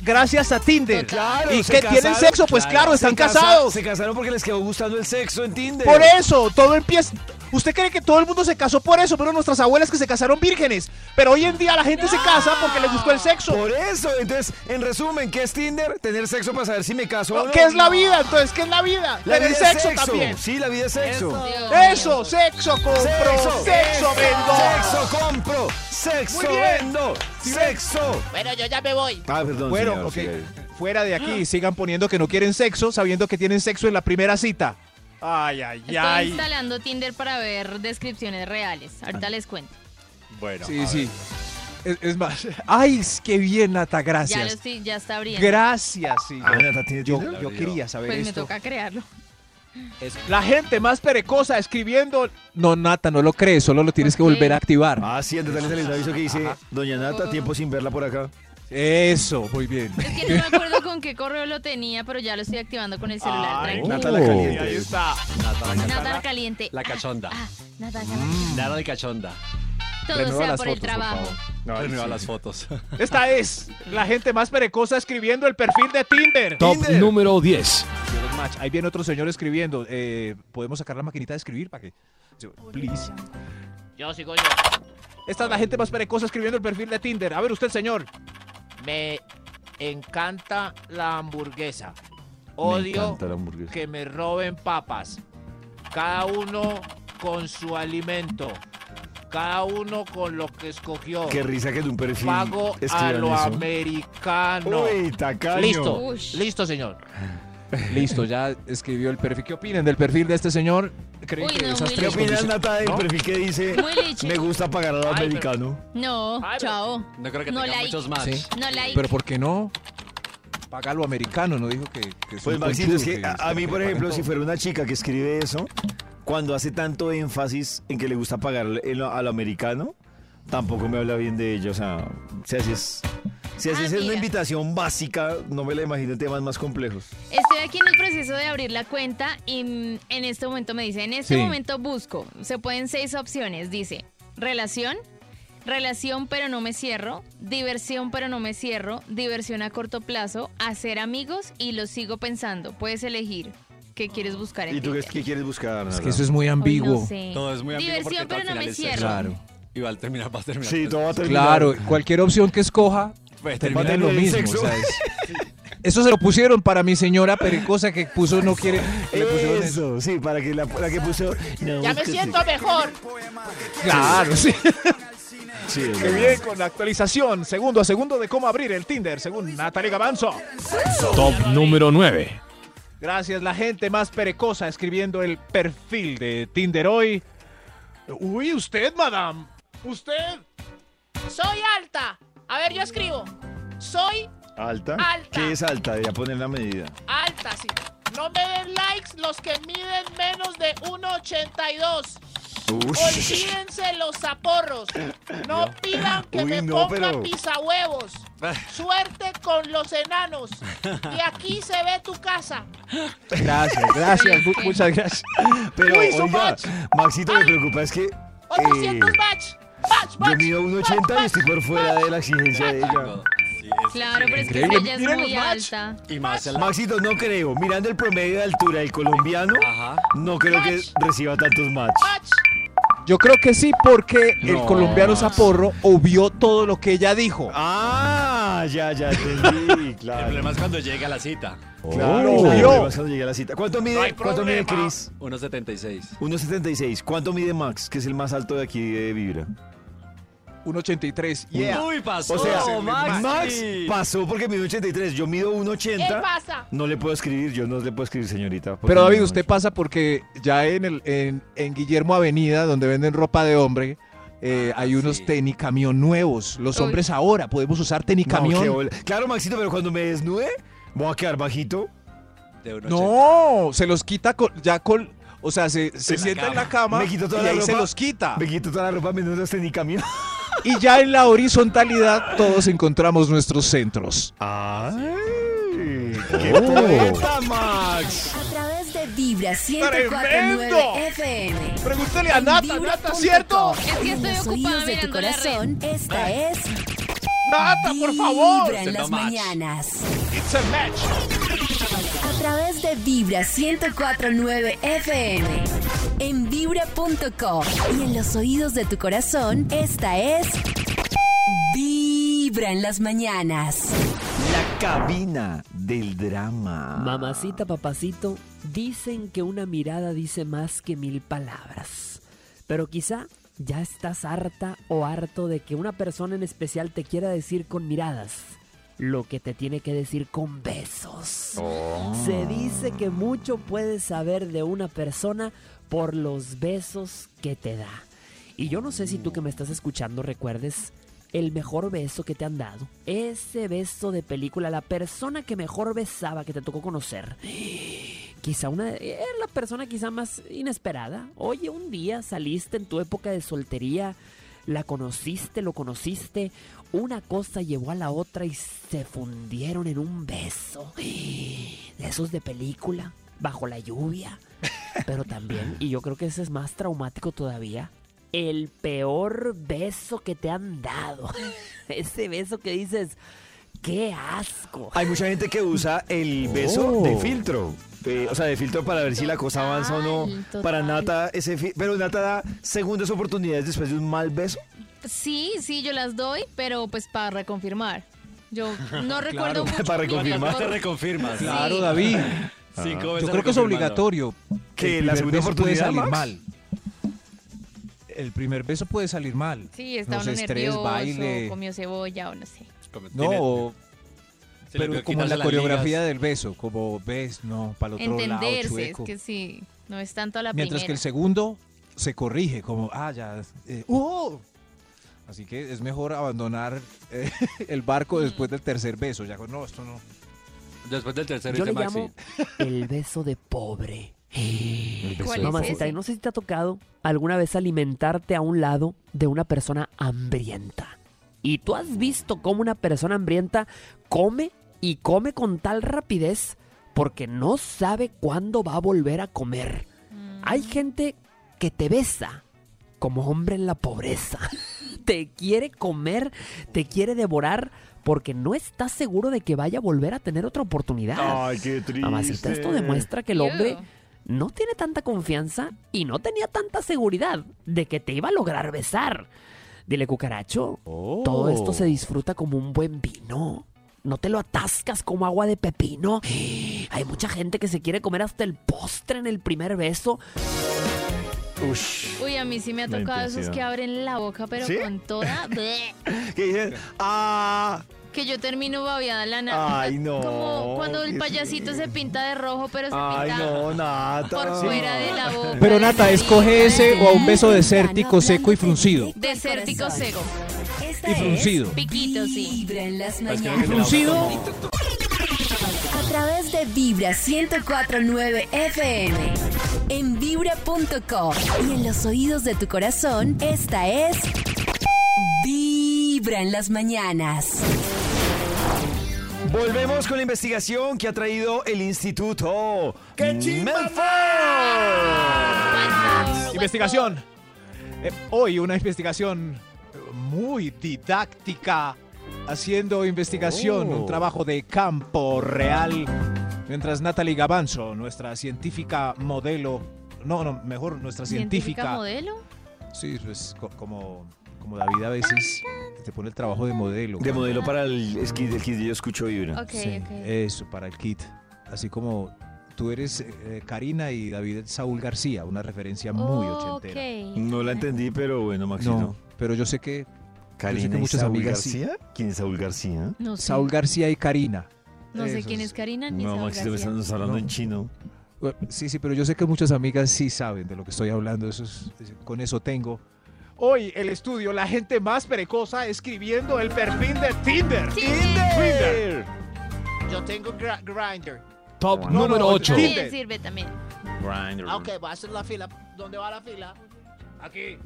Speaker 5: gracias a Tinder.
Speaker 2: Claro,
Speaker 5: y
Speaker 2: se
Speaker 5: que tienen
Speaker 2: casaron,
Speaker 5: sexo, pues claro,
Speaker 2: Se
Speaker 5: están
Speaker 2: casa-
Speaker 5: casados.
Speaker 2: Se casaron porque les quedó gustando el sexo en Tinder.
Speaker 5: Por eso, todo empieza. Usted cree que todo el mundo se casó por eso, pero nuestras abuelas que se casaron vírgenes. Pero hoy en día la gente se casa porque le gustó el sexo.
Speaker 2: Por eso, entonces, en resumen, ¿qué es Tinder? Tener sexo para saber si me caso o no.
Speaker 5: ¿Qué es la vida? Entonces, ¿qué es la vida?
Speaker 2: La vida
Speaker 5: Tener
Speaker 2: es
Speaker 5: sexo, también.
Speaker 2: Sí, la vida es sexo.
Speaker 3: Dios
Speaker 5: Eso,
Speaker 3: mío.
Speaker 5: sexo compro, sexo, vendo.
Speaker 2: Sexo compro, sexo
Speaker 5: Muy bien.
Speaker 2: vendo, sexo.
Speaker 9: Bueno, yo ya me voy.
Speaker 2: Ah, perdón.
Speaker 5: Bueno,
Speaker 2: señor,
Speaker 5: ok.
Speaker 2: sí,
Speaker 5: Fuera de aquí, sigan poniendo que no quieren sexo, sabiendo que tienen sexo en la primera cita. Ay, ay,
Speaker 3: Estoy
Speaker 5: ay.
Speaker 3: instalando Tinder para ver descripciones reales. Ahorita les cuento.
Speaker 4: Bueno.
Speaker 5: Sí, sí. Es, es más. Ay, qué bien,
Speaker 3: Ya,
Speaker 5: Nata,
Speaker 3: lo
Speaker 5: gracias.
Speaker 3: estoy, ya está abriendo.
Speaker 5: Gracias, sí.
Speaker 2: Ah, Nata, ¿tiene
Speaker 5: Ah, Yo,
Speaker 2: Tinder?
Speaker 5: yo quería saber
Speaker 3: Pues me
Speaker 5: esto.
Speaker 3: toca crearlo.
Speaker 5: La gente más perecosa escribiendo. No, Nata, no lo crees, solo lo tienes que
Speaker 3: ¿Por qué?
Speaker 5: volver a activar.
Speaker 2: Ah, sí, antes también se les aviso que dice, Doña Nata, tiempo sin verla por acá.
Speaker 5: Eso, muy bien.
Speaker 3: Es que no me acuerdo con qué correo lo tenía, pero ya lo estoy activando con el celular.
Speaker 4: Ay,
Speaker 3: tranquilo.
Speaker 2: Nata la caliente.
Speaker 4: Ahí está. Nada, la,
Speaker 3: Nadar caliente.
Speaker 4: la Mm. cachonda.
Speaker 3: Ah, nadar
Speaker 4: Nada de cachonda.
Speaker 3: Todo
Speaker 4: Renueva
Speaker 3: sea
Speaker 4: las
Speaker 3: por el
Speaker 4: fotos,
Speaker 3: trabajo.
Speaker 4: favor. Renueva las fotos.
Speaker 5: Esta es la gente más perecosa escribiendo el perfil de Tinder.
Speaker 8: Top número 10.
Speaker 5: Señores Match, Ahí viene otro señor escribiendo. eh, ¿Podemos sacar la maquinita de escribir para que? Please.
Speaker 9: Yo sigo yo.
Speaker 5: Esta es la gente más perecosa escribiendo el perfil de Tinder. A ver, usted, señor.
Speaker 9: Me encanta la hamburguesa.
Speaker 2: Me
Speaker 9: Odio
Speaker 2: encanta la hamburguesa.
Speaker 9: que me roben papas. Cada uno con su alimento. Cada uno con lo que escogió.
Speaker 2: Qué risa que de un perfil.
Speaker 9: Pago a
Speaker 2: escriban
Speaker 9: lo
Speaker 2: eso.
Speaker 9: americano.
Speaker 2: Uy, tacaño.
Speaker 9: Listo.
Speaker 3: Ush.
Speaker 9: Listo, señor.
Speaker 5: Listo, ya escribió el perfil. ¿Qué opinan del perfil de este señor? ¿Creen
Speaker 3: Uy,
Speaker 5: que
Speaker 3: no,
Speaker 5: esas
Speaker 3: muy
Speaker 2: ¿Qué
Speaker 3: lindo.
Speaker 5: tres
Speaker 2: opinas,
Speaker 5: condiciones-
Speaker 2: Nata, del perfil que dice,
Speaker 3: Muy liche.
Speaker 2: me gusta pagar a lo
Speaker 9: Ay, pero-
Speaker 2: americano?
Speaker 3: No,
Speaker 9: Ay, pero-
Speaker 3: chao.
Speaker 4: No creo que
Speaker 3: No
Speaker 4: tenga
Speaker 3: like.
Speaker 4: muchos más.
Speaker 5: Sí.
Speaker 3: No like.
Speaker 5: Pero ¿por qué no? Paga lo americano, no dijo que, que es
Speaker 2: Pues
Speaker 5: un
Speaker 2: Maxito, es
Speaker 5: conchudo,
Speaker 2: que a, a mí, por
Speaker 5: le
Speaker 2: ejemplo,
Speaker 5: paguen
Speaker 2: si
Speaker 5: todo.
Speaker 2: fuera una chica que escribe eso, cuando hace tanto énfasis en que le gusta pagar el- a lo americano, tampoco me habla bien de ella. O sea, si haces, si así
Speaker 3: Ah,
Speaker 2: es
Speaker 3: mira.
Speaker 2: una invitación básica, no me la imagino en temas más complejos.
Speaker 3: Estoy aquí en el proceso de abrir la cuenta y mm, en este momento me dice, en este
Speaker 5: Sí.
Speaker 3: momento busco. Se pueden seis opciones. Dice, relación, relación pero no me cierro, diversión pero no me cierro, diversión a corto plazo, hacer amigos y lo sigo pensando. Puedes elegir qué quieres buscar en
Speaker 2: ¿Y tú qué,
Speaker 3: Tinder.
Speaker 2: qué quieres buscar?
Speaker 5: Es
Speaker 2: Nata?
Speaker 5: que eso es muy
Speaker 3: Ay,
Speaker 5: ambiguo.
Speaker 3: no sé.
Speaker 4: Todo es muy ambiguo
Speaker 3: Diversión
Speaker 4: porque
Speaker 3: pero
Speaker 4: todo
Speaker 3: no
Speaker 4: al
Speaker 3: me
Speaker 4: final es sexo.
Speaker 3: cierro.
Speaker 5: Claro,
Speaker 4: Y va a terminar, va a terminar.
Speaker 2: Sí, todo va a terminar.
Speaker 5: claro. Cualquier opción que escoja
Speaker 4: Pues,
Speaker 5: termina en
Speaker 2: terminar
Speaker 5: lo
Speaker 2: en
Speaker 5: mismo.
Speaker 2: sexo.
Speaker 5: o sea, es- Eso se lo pusieron para mi señora perecosa que puso no quiere. Le pusieron
Speaker 2: Eso, sí, para que la, la que puso. no,
Speaker 9: Ya me
Speaker 2: que-
Speaker 9: siento mejor.
Speaker 5: Claro, sí.
Speaker 2: Sí, es
Speaker 7: Qué
Speaker 2: verdad.
Speaker 7: bien con la actualización, segundo a segundo de cómo abrir el Tinder, según Natalia Gavanzo.
Speaker 8: Top número 9.
Speaker 7: Gracias, la gente más perecosa escribiendo el perfil de Tinder hoy. Uy, usted, madame. Usted.
Speaker 9: Soy alta. A ver, yo escribo. Soy
Speaker 2: ¿Alta?
Speaker 9: Alta.
Speaker 2: ¿Qué es alta? Ya poner la medida.
Speaker 9: alta, sí. No me den likes los que miden menos de 1.82.
Speaker 2: Ush.
Speaker 9: Olvídense los zaporros. No pidan que
Speaker 2: Uy,
Speaker 9: me
Speaker 2: no,
Speaker 9: ponga
Speaker 2: pero-
Speaker 9: pisahuevos. Suerte con los enanos. Y aquí se ve tu casa.
Speaker 5: Gracias, gracias, mu- muchas gracias.
Speaker 2: Pero,
Speaker 9: Uy, so
Speaker 2: oiga,
Speaker 9: much.
Speaker 2: Maxito, me preocupa es que. eh,
Speaker 9: 800 batch. Batch,
Speaker 2: yo
Speaker 9: batch.
Speaker 2: mido 1,80 y estoy por fuera de la exigencia de ella.
Speaker 3: Claro, pero es que
Speaker 4: Increíble.
Speaker 3: ella es
Speaker 7: Miren los
Speaker 3: muy
Speaker 7: match.
Speaker 3: alta.
Speaker 4: Y más el...
Speaker 2: Maxito, no creo. Mirando el promedio de altura del colombiano,
Speaker 4: Ajá.
Speaker 2: no creo que
Speaker 9: Match.
Speaker 2: reciba tantos match.
Speaker 9: Batch.
Speaker 5: Yo creo que sí, porque el
Speaker 4: No.
Speaker 5: colombiano Zaporro obvió todo lo que ella dijo.
Speaker 2: Ah, ya, ya entendí,
Speaker 4: El
Speaker 2: claro.
Speaker 4: problema es cuando llega la cita.
Speaker 2: Claro,
Speaker 5: Oh. Obvio.
Speaker 2: claro, el problema es cuando llegue a la cita. ¿Cuánto mide,
Speaker 9: hay
Speaker 2: ¿cuánto mide
Speaker 9: problema.
Speaker 2: Chris?
Speaker 4: 1.76.
Speaker 2: 1,76. ¿Cuánto mide Max, que es el más alto de aquí de Vibra?
Speaker 5: 1.83.
Speaker 4: Uy, pasó.
Speaker 2: O sea,
Speaker 4: Maxi.
Speaker 2: Max, pasó porque mide 1,83. Yo mido
Speaker 9: ¿Qué
Speaker 2: 1,80.
Speaker 9: pasa?
Speaker 2: No le puedo escribir, yo no le puedo escribir, señorita. porque
Speaker 5: Pero David,
Speaker 2: no-
Speaker 5: usted pasa porque ya en, el, en, en Guillermo Avenida, donde venden ropa de hombre, eh, hay unos
Speaker 4: sí.
Speaker 5: tenicamión nuevos. Los
Speaker 3: Uy.
Speaker 5: hombres ahora podemos usar
Speaker 2: No,
Speaker 5: tenicamión.
Speaker 2: qué
Speaker 5: No,
Speaker 2: bola. claro, Maxito, pero cuando me desnude, voy a quedar bajito.
Speaker 4: De 1.80.
Speaker 5: se los quita con- ya con... O sea, se, se
Speaker 4: En la
Speaker 5: sienta en la
Speaker 4: cama.
Speaker 5: cama
Speaker 2: Me quito toda
Speaker 5: y
Speaker 2: la
Speaker 5: ahí se
Speaker 2: ropa.
Speaker 5: los quita.
Speaker 2: Me quito toda la ropa menos los tenicamión.
Speaker 5: Y ya en la horizontalidad todos encontramos nuestros centros.
Speaker 2: ¡Ay! Ah, ¡Qué
Speaker 8: Oh.
Speaker 2: poeta, Max!
Speaker 1: A través de Vibra 104.9 FM.
Speaker 7: Pregúntale a Nata, Nata, ¿cierto?
Speaker 3: Es que estoy
Speaker 1: los
Speaker 3: ocupada
Speaker 1: oídos de
Speaker 3: mirando
Speaker 1: tu
Speaker 3: la
Speaker 1: corazón, esta es
Speaker 7: Nata, por favor.
Speaker 1: Vibra en las
Speaker 4: Sendo match.
Speaker 1: mañanas.
Speaker 7: It's a match.
Speaker 1: A través de Vibra 104.9 FM. En vibra.com. Y en los oídos de tu corazón, esta es Vibra en las mañanas.
Speaker 2: La cabina del drama.
Speaker 10: Mamacita, papacito, dicen que una mirada dice más que mil palabras. Pero quizá ya estás harta o harto de que una persona en especial te quiera decir con miradas lo que te tiene que decir con besos.
Speaker 2: Oh.
Speaker 1: Ah.
Speaker 10: Se dice que mucho puedes saber de una persona por los besos que te da. Y yo no sé si tú que me estás escuchando recuerdes el mejor beso que te han dado. Ese beso de película, la persona que mejor besaba que te tocó conocer. Quizá una era la persona quizá más inesperada. Oye, un día saliste en tu época de soltería, la conociste, lo conociste, una cosa llevó a la otra y se fundieron en un beso. De esos de película, bajo la lluvia. Pero también, y yo creo que ese es más traumático todavía, el peor beso que te han dado. Ese beso que dices, qué asco.
Speaker 2: Hay mucha gente que usa el beso de filtro. eh, o sea, de filtro para ver si la cosa avanza o no.
Speaker 3: Total,
Speaker 2: Para
Speaker 3: total.
Speaker 2: Nata, ese fi- pero Nata da segundas oportunidades después de un mal beso.
Speaker 3: Sí, sí, yo las doy, pero pues para reconfirmar. Yo no recuerdo mucho.
Speaker 2: para reconfirmar.
Speaker 4: Te reconfirmas.
Speaker 3: Sí.
Speaker 5: Claro, David. Ah.
Speaker 4: Cinco veces
Speaker 5: Yo creo que es
Speaker 4: reconfirmando.
Speaker 5: obligatorio.
Speaker 2: Que
Speaker 5: El
Speaker 2: la
Speaker 5: primer
Speaker 2: segunda
Speaker 5: beso puede
Speaker 2: oportunidad,
Speaker 5: salir
Speaker 2: Max.
Speaker 5: mal. El primer beso puede salir mal.
Speaker 3: Sí, estaba
Speaker 5: No sé,
Speaker 3: uno
Speaker 5: estrés,
Speaker 3: nervioso,
Speaker 5: baile.
Speaker 3: comió cebolla o no sé.
Speaker 5: No,
Speaker 4: Tiene-
Speaker 5: o-
Speaker 4: se le olvidó
Speaker 5: pero como en
Speaker 4: quitarse
Speaker 5: la
Speaker 4: las
Speaker 5: coreografía
Speaker 4: ligas.
Speaker 5: del beso, como ves, no, para el otro lado,
Speaker 3: Entenderse, es
Speaker 5: chueco.
Speaker 3: que sí, no es tanto a la
Speaker 5: Mientras que el
Speaker 3: primera.
Speaker 5: segundo se corrige, como, ah, ya, eh, ¡oh! Así que es mejor abandonar eh, el
Speaker 3: Mm.
Speaker 5: barco después del tercer beso. Ya, con- no, esto no.
Speaker 4: Después del tercero
Speaker 10: Yo
Speaker 4: dice
Speaker 10: le
Speaker 4: Maxi.
Speaker 10: llamo el beso de pobre.
Speaker 3: ¿Cuál es
Speaker 10: Mamacita,
Speaker 3: ese?
Speaker 10: y no sé si te ha tocado alguna vez alimentarte a un lado de una persona hambrienta. Y tú has visto cómo una persona hambrienta come y come con tal rapidez porque no sabe cuándo va a volver a comer. Hay gente que te besa como hombre en la pobreza. Te quiere comer, te quiere devorar porque no está seguro de que vaya a volver a tener otra oportunidad.
Speaker 2: qué triste.
Speaker 10: Mamacita, esto demuestra que el
Speaker 3: Ew.
Speaker 10: hombre no tiene tanta confianza y no tenía tanta seguridad de que te iba a lograr
Speaker 2: Oh.
Speaker 10: besar. Dile, cucaracho, todo esto se disfruta como un buen vino. no te lo atascas como agua de pepino. Hay mucha gente que se quiere comer hasta el postre en el primer beso.
Speaker 3: Uy, a mí sí me ha
Speaker 10: La
Speaker 3: tocado esos
Speaker 10: intensidad.
Speaker 3: que abren la boca, pero
Speaker 2: ¿Sí?
Speaker 3: con toda. Bleh.
Speaker 2: Que dicen, ¡ah!
Speaker 3: que yo termino babeada la nada.
Speaker 2: Ay, no,
Speaker 3: Como cuando el
Speaker 2: qué
Speaker 3: payasito se pinta de rojo, pero se
Speaker 2: Ay,
Speaker 3: pinta
Speaker 2: no, Nata.
Speaker 3: por
Speaker 2: Sí.
Speaker 3: fuera de la boca.
Speaker 5: Pero Nata, escoge ese o a un beso desértico, seco y fruncido.
Speaker 3: Desértico seco.
Speaker 1: Esta
Speaker 5: Y fruncido. Pues
Speaker 3: Piquito, sí.
Speaker 1: Vibra en las
Speaker 5: que
Speaker 1: mañanas.
Speaker 5: fruncido.
Speaker 1: A través de Vibra 1049 FM. En vibra.com. Y en los oídos de tu corazón, esta es. Vibra en las mañanas.
Speaker 2: Volvemos con la investigación que ha traído el Instituto Melford.
Speaker 5: Investigación. Eh, hoy una investigación eh, muy didáctica, haciendo investigación,
Speaker 7: Oh.
Speaker 5: un trabajo de campo real. Mientras Natalie Gavanzo, nuestra científica modelo, no, no, mejor nuestra científica.
Speaker 3: modelo?
Speaker 5: Sí, pues co- como, como David a veces que te pone el trabajo de modelo.
Speaker 2: De modelo para el es que- el kit de Yo Escucho Vibra.
Speaker 3: Ok,
Speaker 5: Sí,
Speaker 3: ok.
Speaker 5: Eso, para el kit. Así como tú eres eh, Karina y David es Saúl García, una referencia muy ochentera.
Speaker 3: Ok.
Speaker 2: No la entendí, pero bueno, Maxito.
Speaker 5: No, pero yo sé que, yo sé que
Speaker 2: Karina y
Speaker 5: muchas
Speaker 2: Saúl
Speaker 5: amigas sí.
Speaker 2: García. ¿Quién es Saúl García?
Speaker 3: No sé.
Speaker 5: Saúl García y Karina.
Speaker 3: No sé
Speaker 5: Esos.
Speaker 3: quién es Karina ni
Speaker 2: No,
Speaker 3: Saúl
Speaker 2: Maxito, me
Speaker 3: García.
Speaker 2: están hablando
Speaker 5: No.
Speaker 2: en chino.
Speaker 5: Bueno, Sí, sí, pero yo sé que muchas amigas sí saben de lo que estoy hablando. Eso es- es- con eso tengo.
Speaker 7: Hoy el estudio, la gente más perecosa escribiendo el perfil de Tinder.
Speaker 2: Tinder.
Speaker 9: Yo tengo gra- Grinder.
Speaker 5: Top
Speaker 7: número ocho.
Speaker 3: También sirve también.
Speaker 9: Ah, Ok, voy a hacer la fila. ¿Dónde va la fila? Aquí.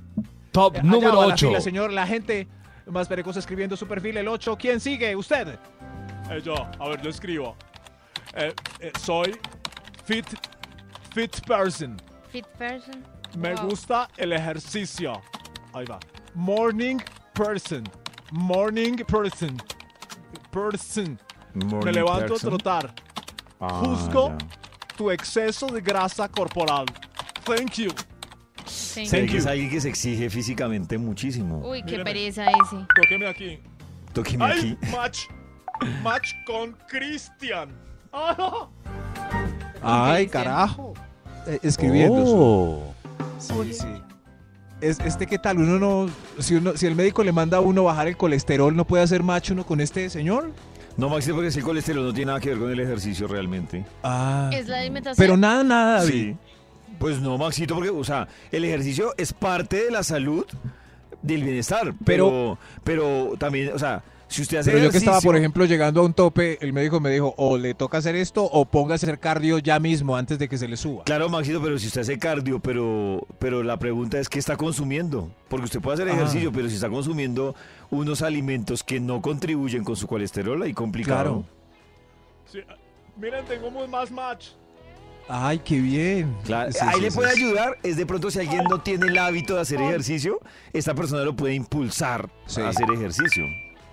Speaker 8: Top
Speaker 7: Allá
Speaker 8: número
Speaker 7: va la
Speaker 8: 8.
Speaker 7: fila, señor, la gente más perecosa escribiendo su perfil, el 8. ¿Quién sigue? ¿Usted?
Speaker 8: Eh, yo, a ver, yo escribo. Eh, eh, soy fit, fit person.
Speaker 3: Fit person.
Speaker 8: Me
Speaker 3: Wow.
Speaker 8: gusta el ejercicio. Ahí va. Morning person. Morning person. Person. Me levanto a trotar.
Speaker 5: Ah,
Speaker 2: Ah.
Speaker 8: Juzgo tu exceso de grasa corporal. Thank you.
Speaker 3: Sí.
Speaker 2: Se ve que es alguien que se exige físicamente muchísimo.
Speaker 3: Uy, qué
Speaker 8: Míreme.
Speaker 3: pereza ese.
Speaker 8: Tóqueme aquí.
Speaker 2: Tóqueme
Speaker 8: ¡Ay!
Speaker 2: aquí.
Speaker 8: Match. Match con Christian. ¡Ah, no!
Speaker 5: ¡Ay,
Speaker 8: Cristian.
Speaker 5: carajo! Eh, escribiendo.
Speaker 2: Oh.
Speaker 5: Sí, sí. Es, este, ¿qué tal? Uno no. Si, uno, si el médico le manda a uno bajar el colesterol, ¿no puede hacer macho uno con este señor?
Speaker 2: No, Maxito, porque si el colesterol no tiene nada que ver con el ejercicio realmente.
Speaker 5: Ah.
Speaker 3: Es la alimentación.
Speaker 5: Pero nada, nada, David.
Speaker 2: Sí. Pues no, Maxito, porque, o sea, el ejercicio es parte de la salud, del bienestar, pero, pero también, o sea, si usted hace
Speaker 5: Pero yo que
Speaker 2: ejercicio-
Speaker 5: estaba, por ejemplo, llegando a un tope, el médico me dijo, o le toca hacer esto, o póngase a hacer cardio ya mismo antes de que se le suba.
Speaker 2: Claro, Maxito, pero si usted hace cardio, pero, pero la pregunta es qué está consumiendo. Porque usted puede hacer
Speaker 5: Ah.
Speaker 2: ejercicio, pero si está consumiendo unos alimentos que no contribuyen con su colesterol, ahí
Speaker 5: Claro.
Speaker 2: complicado.
Speaker 8: Sí, ah, Miren, tengo muy más match.
Speaker 5: Ay, qué bien.
Speaker 2: Claro,
Speaker 5: Sí,
Speaker 2: ahí
Speaker 5: sí,
Speaker 2: le
Speaker 5: sí,
Speaker 2: puede
Speaker 5: sí.
Speaker 2: ayudar, es de pronto si alguien no tiene el hábito de hacer ejercicio, esta persona lo puede impulsar
Speaker 5: Sí.
Speaker 2: a hacer ejercicio.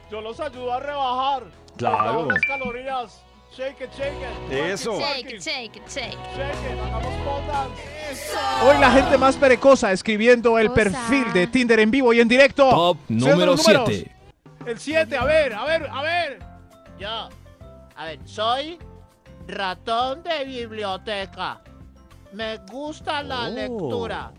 Speaker 8: Yo los ayudo a rebajar.
Speaker 2: Claro.
Speaker 8: Por favor, las calorías. Shake it, shake it.
Speaker 2: Eso.
Speaker 3: Shake, it, shake, it, shake. it.
Speaker 8: Shake it, hagamos pole dance.
Speaker 7: Hoy la gente más perecosa escribiendo el
Speaker 3: Cosa.
Speaker 7: perfil de Tinder en vivo y en directo.
Speaker 8: Top
Speaker 7: Señor de
Speaker 8: número
Speaker 7: los números.
Speaker 8: siete.
Speaker 7: El 7, a ver, a ver, a ver.
Speaker 9: Yo. A ver, soy ratón de biblioteca. Me gusta la
Speaker 4: Oh.
Speaker 9: lectura.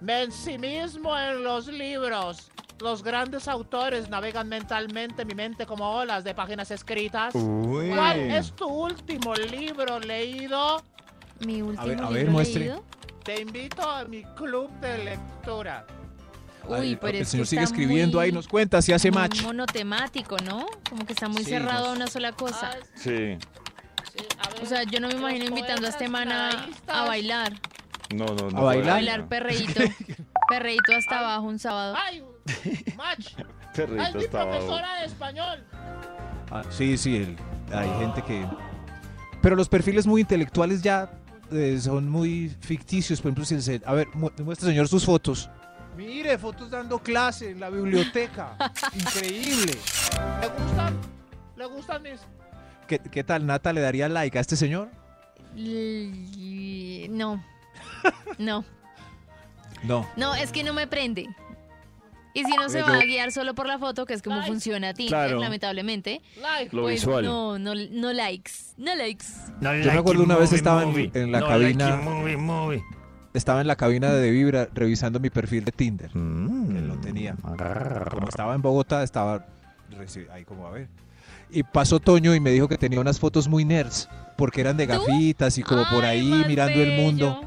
Speaker 9: Me ensimismo en los libros. Los grandes autores navegan mentalmente mi mente como olas de páginas escritas.
Speaker 2: Uy.
Speaker 9: ¿Cuál es tu último libro leído?
Speaker 3: Mi último
Speaker 5: ver, a
Speaker 3: libro
Speaker 5: ver, muestre.
Speaker 3: leído.
Speaker 9: Te invito a mi club de lectura.
Speaker 3: Uy,
Speaker 5: Ay,
Speaker 3: pero
Speaker 5: el
Speaker 3: es que
Speaker 5: señor sigue
Speaker 3: está
Speaker 5: escribiendo
Speaker 3: muy-
Speaker 5: ahí, nos cuenta si hace
Speaker 3: muy
Speaker 5: match.
Speaker 3: Monotemático, ¿no? Como que está muy
Speaker 5: Sí, pues.
Speaker 3: cerrado
Speaker 5: nos-
Speaker 3: a una sola cosa.
Speaker 9: Ay,
Speaker 2: Sí,
Speaker 9: sí, a ver,
Speaker 3: O sea, yo no me
Speaker 9: los
Speaker 3: imagino invitando a
Speaker 9: poetas
Speaker 3: este man a,
Speaker 9: dadaístas.
Speaker 3: a bailar.
Speaker 2: no, no,
Speaker 5: no. bailar?
Speaker 3: A bailar perreíto. Perreíto hasta abajo un sábado.
Speaker 9: ¡Ay! ¡Match! ¡Ay, mi profesora de español!
Speaker 5: Ah, sí, sí, el- hay gente que... Pero los perfiles muy intelectuales ya eh, son muy ficticios. Por ejemplo, si el se- a ver, mu- muestra señor sus fotos.
Speaker 7: Mire, fotos dando clase en la biblioteca. Increíble.
Speaker 9: ¿Le gustan? ¿Le gustan mis...?
Speaker 5: ¿Qué, qué tal, Nata? ¿Le daría like a este señor?
Speaker 3: L- No. No.
Speaker 5: No.
Speaker 3: No, es que no me prende. Y si no se
Speaker 2: Yo-
Speaker 3: va a guiar solo por la foto, que es como
Speaker 9: Like.
Speaker 3: funciona Tinder,
Speaker 2: Claro.
Speaker 3: lamentablemente.
Speaker 2: Lo
Speaker 3: pues
Speaker 2: visual.
Speaker 3: No, no, no likes. No likes.
Speaker 5: Yo me acuerdo una vez estaba en, en la cabina. Estaba en la cabina de Vibra revisando mi perfil de Tinder. Que lo tenía. Como estaba en Bogotá, estaba reci- ahí como a ver. Y pasó Toño y me dijo que tenía unas fotos muy nerds, porque eran de gafitas y como por ahí mirando el mundo,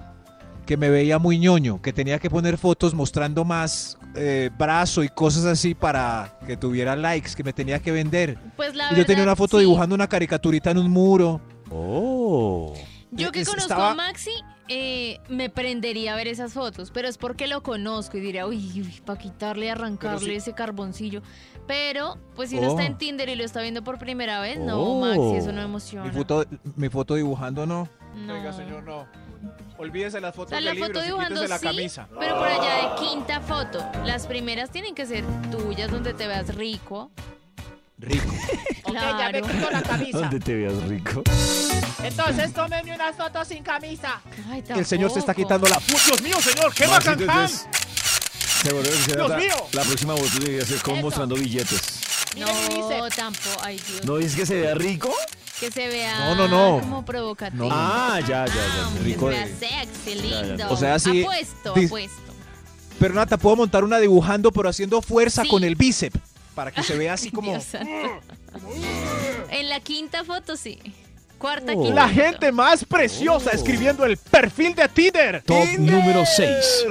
Speaker 5: que me veía muy ñoño, que tenía que poner fotos mostrando más eh, brazo y cosas así para que tuviera likes, que me tenía que vender.
Speaker 3: Pues la
Speaker 5: Y yo tenía
Speaker 3: verdad,
Speaker 5: una foto
Speaker 3: sí.
Speaker 5: dibujando una caricaturita en un muro. Oh.
Speaker 3: Yo que conozco a Maxi, eh, me prendería a ver esas fotos, pero es porque lo conozco y diría, uy, para quitarle, arrancarle
Speaker 11: sí.
Speaker 3: ese carboncillo. Pero, pues si uno está
Speaker 5: Oh.
Speaker 3: en Tinder y lo está viendo por primera vez, no,
Speaker 2: Oh.
Speaker 3: Maxi, eso no emociona.
Speaker 5: Mi foto, mi foto dibujando no.
Speaker 3: No.
Speaker 7: Oiga, señor, no. Olvídese las
Speaker 3: O
Speaker 7: fotos
Speaker 3: sea,
Speaker 7: de
Speaker 3: la
Speaker 7: libros
Speaker 3: foto
Speaker 7: y
Speaker 3: dibujando
Speaker 7: quítese la
Speaker 3: sí,
Speaker 7: camisa.
Speaker 3: pero por allá de quinta foto. Las primeras tienen que ser tuyas, donde te veas rico.
Speaker 5: Rico.
Speaker 3: Claro.
Speaker 9: ya me quito la camisa.
Speaker 2: ¿Dónde te veas rico?
Speaker 9: Entonces tómeme unas fotos sin camisa.
Speaker 5: El señor se está quitando la.
Speaker 9: Dios mío, señor,
Speaker 2: No, así entonces, seguro que será
Speaker 9: ¡Dios
Speaker 2: la,
Speaker 9: mío!
Speaker 2: la próxima voz debería ser como mostrando billetes.
Speaker 3: No, tampoco. Ay, Dios.
Speaker 2: ¿No dices que se vea rico?
Speaker 3: Que se vea
Speaker 2: No, no, no.
Speaker 3: como provocativo.
Speaker 2: Ah, ya, ya, ya.
Speaker 5: Rico
Speaker 3: Que se
Speaker 5: de-
Speaker 3: vea sexy,
Speaker 5: Ya, ya, ya.
Speaker 3: lindo.
Speaker 5: O sea, sí,
Speaker 3: Apuesto,
Speaker 5: dis-
Speaker 3: apuesto.
Speaker 5: Pero Nata, puedo montar una dibujando, pero haciendo fuerza
Speaker 3: Sí.
Speaker 5: con el bíceps. Para que se vea así como.
Speaker 3: Dios santo. en la quinta foto, sí. Cuarta,
Speaker 5: Oh.
Speaker 3: quinta.
Speaker 7: La
Speaker 3: foto.
Speaker 7: gente más preciosa escribiendo el perfil de Tinder. Top número 6.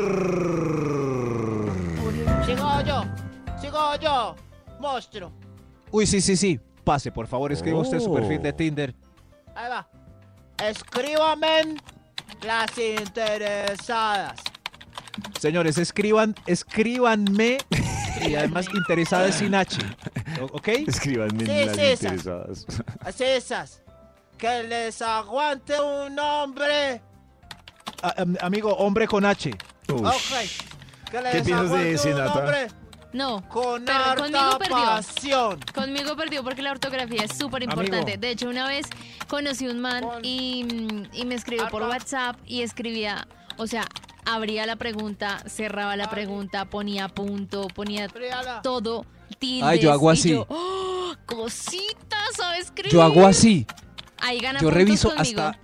Speaker 9: Sigo yo, sigo yo, monstruo.
Speaker 5: Uy, sí, sí, sí. Pase, por favor, escriba usted su
Speaker 7: Oh.
Speaker 5: perfil de Tinder.
Speaker 9: Ahí va. Escríbame las interesadas.
Speaker 5: Señores, escriban, escríbanme. Y además interesada sin H. ¿O- ¿Ok?
Speaker 2: Escribanme
Speaker 9: Sí, las sí, esa.
Speaker 2: interesadas.
Speaker 9: Así esas. Que les aguante un hombre.
Speaker 5: A- am- amigo, hombre con H. Oh.
Speaker 9: Ok. Que les
Speaker 5: ¿Qué piensas de
Speaker 9: aguante
Speaker 5: ese,
Speaker 9: un
Speaker 5: Nata?
Speaker 9: hombre
Speaker 3: No.
Speaker 9: Con
Speaker 3: Pero
Speaker 9: harta
Speaker 3: conmigo perdió.
Speaker 9: pasión.
Speaker 3: Conmigo perdió porque la ortografía es súper importante.
Speaker 9: Amigo.
Speaker 3: De hecho, una vez conocí un man y, mm, y me escribió por WhatsApp y escribía, o sea, abría la pregunta, cerraba la pregunta, ponía punto, ponía todo. tildes,
Speaker 5: Ay, yo hago
Speaker 3: y
Speaker 5: así.
Speaker 3: yo, "Oh, cositas, ¿sabes escribir?
Speaker 5: Yo hago así.
Speaker 3: Ahí gana
Speaker 5: Yo
Speaker 3: puntos
Speaker 5: reviso
Speaker 3: conmigo.
Speaker 5: hasta.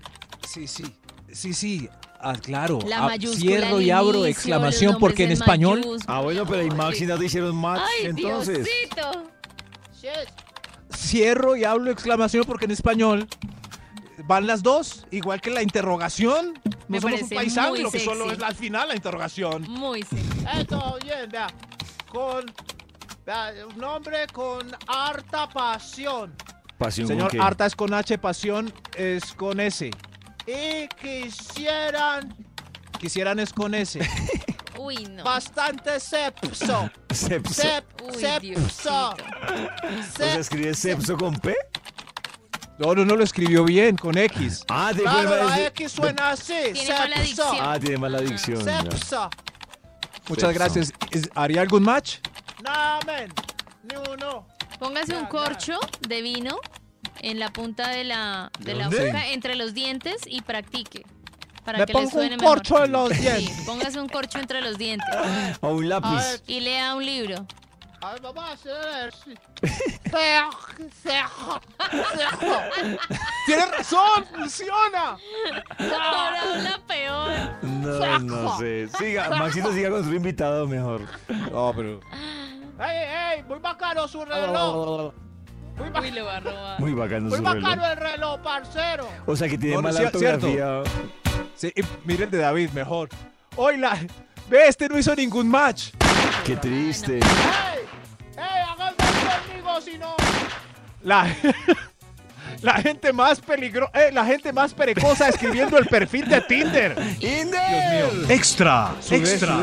Speaker 5: Sí, sí. Sí, sí. Ah, claro.
Speaker 3: La
Speaker 5: Ah,
Speaker 3: mayúscula,
Speaker 5: Cierro y
Speaker 3: el
Speaker 5: abro
Speaker 3: inicio,
Speaker 5: exclamación
Speaker 3: los
Speaker 5: porque en
Speaker 3: nombres en
Speaker 5: español.
Speaker 3: mayúscula.
Speaker 2: Ah, bueno, pero ahí Max y Nata hicieron match,
Speaker 3: Ay,
Speaker 2: entonces.
Speaker 3: Diosito.
Speaker 5: Cierro y hablo exclamación porque en español van las dos, igual que la interrogación. No
Speaker 7: Me
Speaker 5: somos un
Speaker 7: parece
Speaker 5: país
Speaker 7: muy
Speaker 5: anglo, que solo
Speaker 7: sexy.
Speaker 5: es la- al final la interrogación.
Speaker 3: Muy
Speaker 9: Esto bien, vea. Con. vea, un hombre con harta pasión.
Speaker 2: Pasión
Speaker 5: Señor,
Speaker 2: con qué?
Speaker 5: harta es con H, pasión es con S.
Speaker 9: Y quisieran
Speaker 5: Quisieran es con S.
Speaker 3: Uy, no.
Speaker 9: bastante sepso.
Speaker 2: Sepso.
Speaker 9: Sep,
Speaker 3: Uy,
Speaker 9: sepso.
Speaker 2: ¿O sea, escribe sepso con P?
Speaker 5: No, no, no lo escribió bien, con X.
Speaker 2: Ah, de
Speaker 9: Claro,
Speaker 2: acuerdo,
Speaker 9: la
Speaker 2: es-
Speaker 9: X suena pues, así. Sepso.
Speaker 2: Ah, tiene mala dicción. ya.
Speaker 9: Sepso.
Speaker 5: Muchas gracias. ¿Es- ¿Haría algún match?
Speaker 9: No, men. Ni uno.
Speaker 3: Póngase un corcho de vino en la punta de la, de la
Speaker 5: ¿Dónde?
Speaker 3: boca, entre los dientes y practique. Para
Speaker 5: Me
Speaker 3: que le
Speaker 5: pongo
Speaker 3: suene
Speaker 5: un
Speaker 3: mejor.
Speaker 5: corcho en los
Speaker 3: Sí,
Speaker 5: dientes. pues.
Speaker 3: póngase un corcho entre los dientes.
Speaker 2: O un lápiz.
Speaker 3: Y lea un libro.
Speaker 9: A ver, vamos a hacer así. Cejo, cejo, cejo.
Speaker 7: ¡Tienes razón! ¡Funciona!
Speaker 3: Ahora habla peor.
Speaker 2: No, no sé. Siga, Maxito siga con su invitado mejor.
Speaker 5: No, pero.
Speaker 9: ¡Ey, ey! Muy bacano su reloj. Muy, ba-
Speaker 2: Muy bacano
Speaker 9: Muy
Speaker 2: su
Speaker 9: bacano
Speaker 2: reloj.
Speaker 9: el reloj, parcero.
Speaker 2: O sea que tiene
Speaker 5: No, no,
Speaker 2: mala
Speaker 5: cier-
Speaker 2: ortografía.
Speaker 5: Sí, y mire el de David, mejor. Oila, ve, este no hizo ningún match.
Speaker 2: Qué triste.
Speaker 9: ¡Ey! ¡Ey! Háganme conmigo si no.
Speaker 7: La, la gente más peligro, eh, la gente más perecosa escribiendo el perfil de Tinder.
Speaker 9: ¡Inde!
Speaker 7: Extra,
Speaker 9: extra.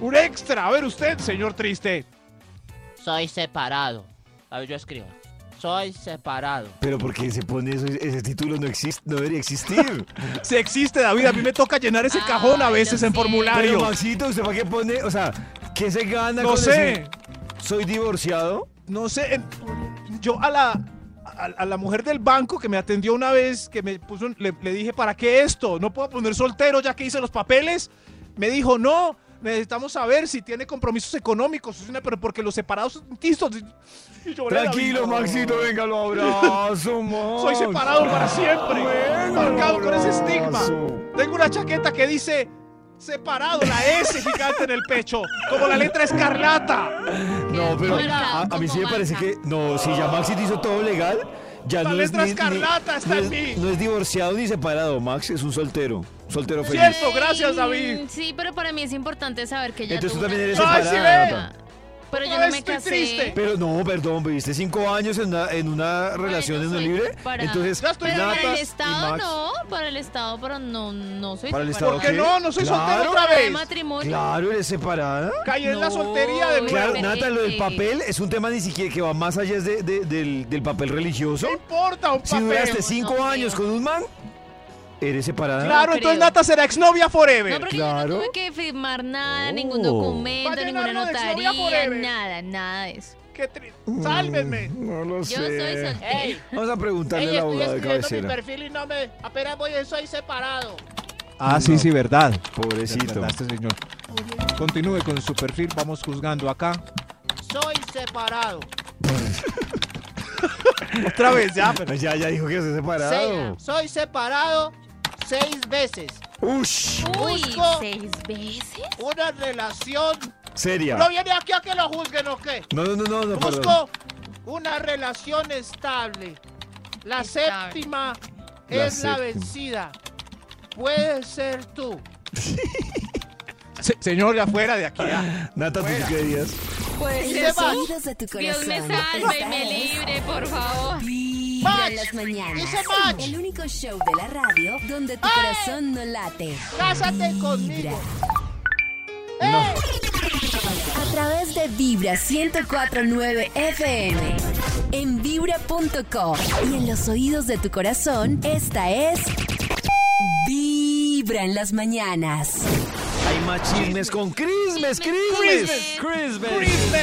Speaker 7: Un extra. A ver usted, señor triste.
Speaker 9: Soy separado. A ver, yo escribo. Soy separado.
Speaker 2: Pero porque se pone eso, ese título no existe, no debería existir.
Speaker 5: Si existe, David, a mí me toca llenar
Speaker 3: Ah,
Speaker 5: ese cajón a veces en formulario.
Speaker 2: Pero Maxito, ¿usted para qué pone? O sea, ¿qué se gana
Speaker 5: No
Speaker 2: con
Speaker 5: sé.
Speaker 2: decir, ¿Soy divorciado?
Speaker 5: No sé, en- yo a la, a, a la mujer del banco que me atendió una vez, que me puso, un- le, le dije, ¿para qué esto? ¿No puedo poner soltero ya que hice los papeles? Me dijo, no,
Speaker 8: Necesitamos saber si tiene compromisos económicos, pero porque los separados son tizos.
Speaker 2: Y yo Tranquilo, Maxito, venga, lo abrazo, Max.
Speaker 8: Soy separado para siempre. marcado con ese estigma. Tengo una chaqueta que dice separado, la S gigante en el pecho, como la letra escarlata.
Speaker 2: No, pero a, a mí sí me parece que. No, si ya Maxito hizo todo legal, ya
Speaker 8: La
Speaker 2: no
Speaker 8: letra
Speaker 2: es. ni- ni-
Speaker 8: escarlata está
Speaker 2: no
Speaker 8: en
Speaker 2: es-
Speaker 8: mí.
Speaker 2: No es divorciado ni separado, Max, es un soltero. Soltero feliz.
Speaker 8: Cierto, gracias, David.
Speaker 3: Mm, Sí, pero para mí es importante saber que ya
Speaker 2: Entonces
Speaker 3: tuvo
Speaker 2: tú también
Speaker 3: una
Speaker 2: eres
Speaker 3: relación.
Speaker 2: separada,
Speaker 3: Ay, sí, ve.
Speaker 2: Nata.
Speaker 3: Pero yo
Speaker 8: Otra
Speaker 3: no
Speaker 8: vez
Speaker 3: me
Speaker 8: estoy
Speaker 3: casé.
Speaker 8: triste.
Speaker 2: Pero no, perdón, viviste cinco años en una, en una relación en un
Speaker 3: soy
Speaker 2: libre.
Speaker 3: separada.
Speaker 2: Entonces,
Speaker 8: Ya estoy
Speaker 3: Pero para el
Speaker 2: Natas y
Speaker 3: Estado
Speaker 2: Max-
Speaker 3: no, para el Estado, pero no, no soy
Speaker 2: ¿Para el
Speaker 3: separada.
Speaker 2: Estado
Speaker 8: ¿Por qué no? No soy soltero
Speaker 2: Claro.
Speaker 8: otra
Speaker 3: Para el
Speaker 8: vez.
Speaker 3: matrimonio.
Speaker 2: Claro, eres separada.
Speaker 8: Caí en la
Speaker 3: No,
Speaker 8: soltería de nuevo.
Speaker 2: Claro,
Speaker 3: Pero
Speaker 2: Nata, lo del
Speaker 3: sí.
Speaker 2: papel es un tema ni siquiera que va más allá es de- de- del, del papel religioso.
Speaker 8: No importa un
Speaker 2: Si
Speaker 8: papel.
Speaker 2: duraste cinco
Speaker 3: no,
Speaker 2: años
Speaker 3: creo.
Speaker 2: con un man, eres separada.
Speaker 8: Claro, entonces
Speaker 3: creo.
Speaker 8: Nata será exnovia
Speaker 3: No,
Speaker 8: forever.
Speaker 3: porque
Speaker 2: Claro.
Speaker 3: yo no tuve que firmar nada, ningún
Speaker 4: Oh.
Speaker 3: documento,
Speaker 8: Va a
Speaker 3: ninguna
Speaker 8: llenarlo de exnovia
Speaker 3: notaría,
Speaker 8: forever.
Speaker 3: nada, nada de eso.
Speaker 8: Qué triste. Sálvenme.
Speaker 2: Mm, No lo
Speaker 3: Yo soy soltera.
Speaker 9: Ey,
Speaker 2: Vamos a preguntarle
Speaker 9: ey,
Speaker 2: al
Speaker 9: estoy
Speaker 2: abogado de
Speaker 9: escribiendo mi
Speaker 2: cabecera.
Speaker 9: perfil y no me... Apenas voy, soy separado.
Speaker 5: Ah, sí, sí, verdad.
Speaker 2: Pobrecito.
Speaker 5: Verdad, este señor. Continúe con su perfil, vamos juzgando acá.
Speaker 9: Soy separado.
Speaker 8: Otra vez ya.
Speaker 2: Ya, ya dijo que se separado.
Speaker 9: Se- soy separado seis veces.
Speaker 2: Ush,
Speaker 3: Uy,
Speaker 9: Busco-
Speaker 3: seis veces.
Speaker 9: Una relación...
Speaker 2: seria.
Speaker 9: ¿No viene aquí a que lo juzguen o qué?
Speaker 2: No, no, no, no, no perdón.
Speaker 9: Busco una relación estable. La
Speaker 3: Estable.
Speaker 9: séptima
Speaker 2: La
Speaker 9: es la
Speaker 2: séptima.
Speaker 9: vencida. Puedes ser tú.
Speaker 8: Se- señor, ya fuera de aquí. ya.
Speaker 2: Nata, ¿tú qué querías?
Speaker 1: Pues
Speaker 9: se va.
Speaker 1: de tu corazón.
Speaker 3: Dios me salve y me libre, por favor.
Speaker 1: Vibra
Speaker 9: Match.
Speaker 1: en las mañanas.
Speaker 9: Dice match.
Speaker 1: El único show de la radio donde tu corazón no late.
Speaker 9: Cásate
Speaker 1: Vibra.
Speaker 9: conmigo. Eh.
Speaker 1: A través de Vibra 1049 FM. En vibra.com. Y en los oídos de tu corazón, esta es. Vibra en las mañanas.
Speaker 2: Hay más chismes con Crismes, Crismes.
Speaker 4: Christmas.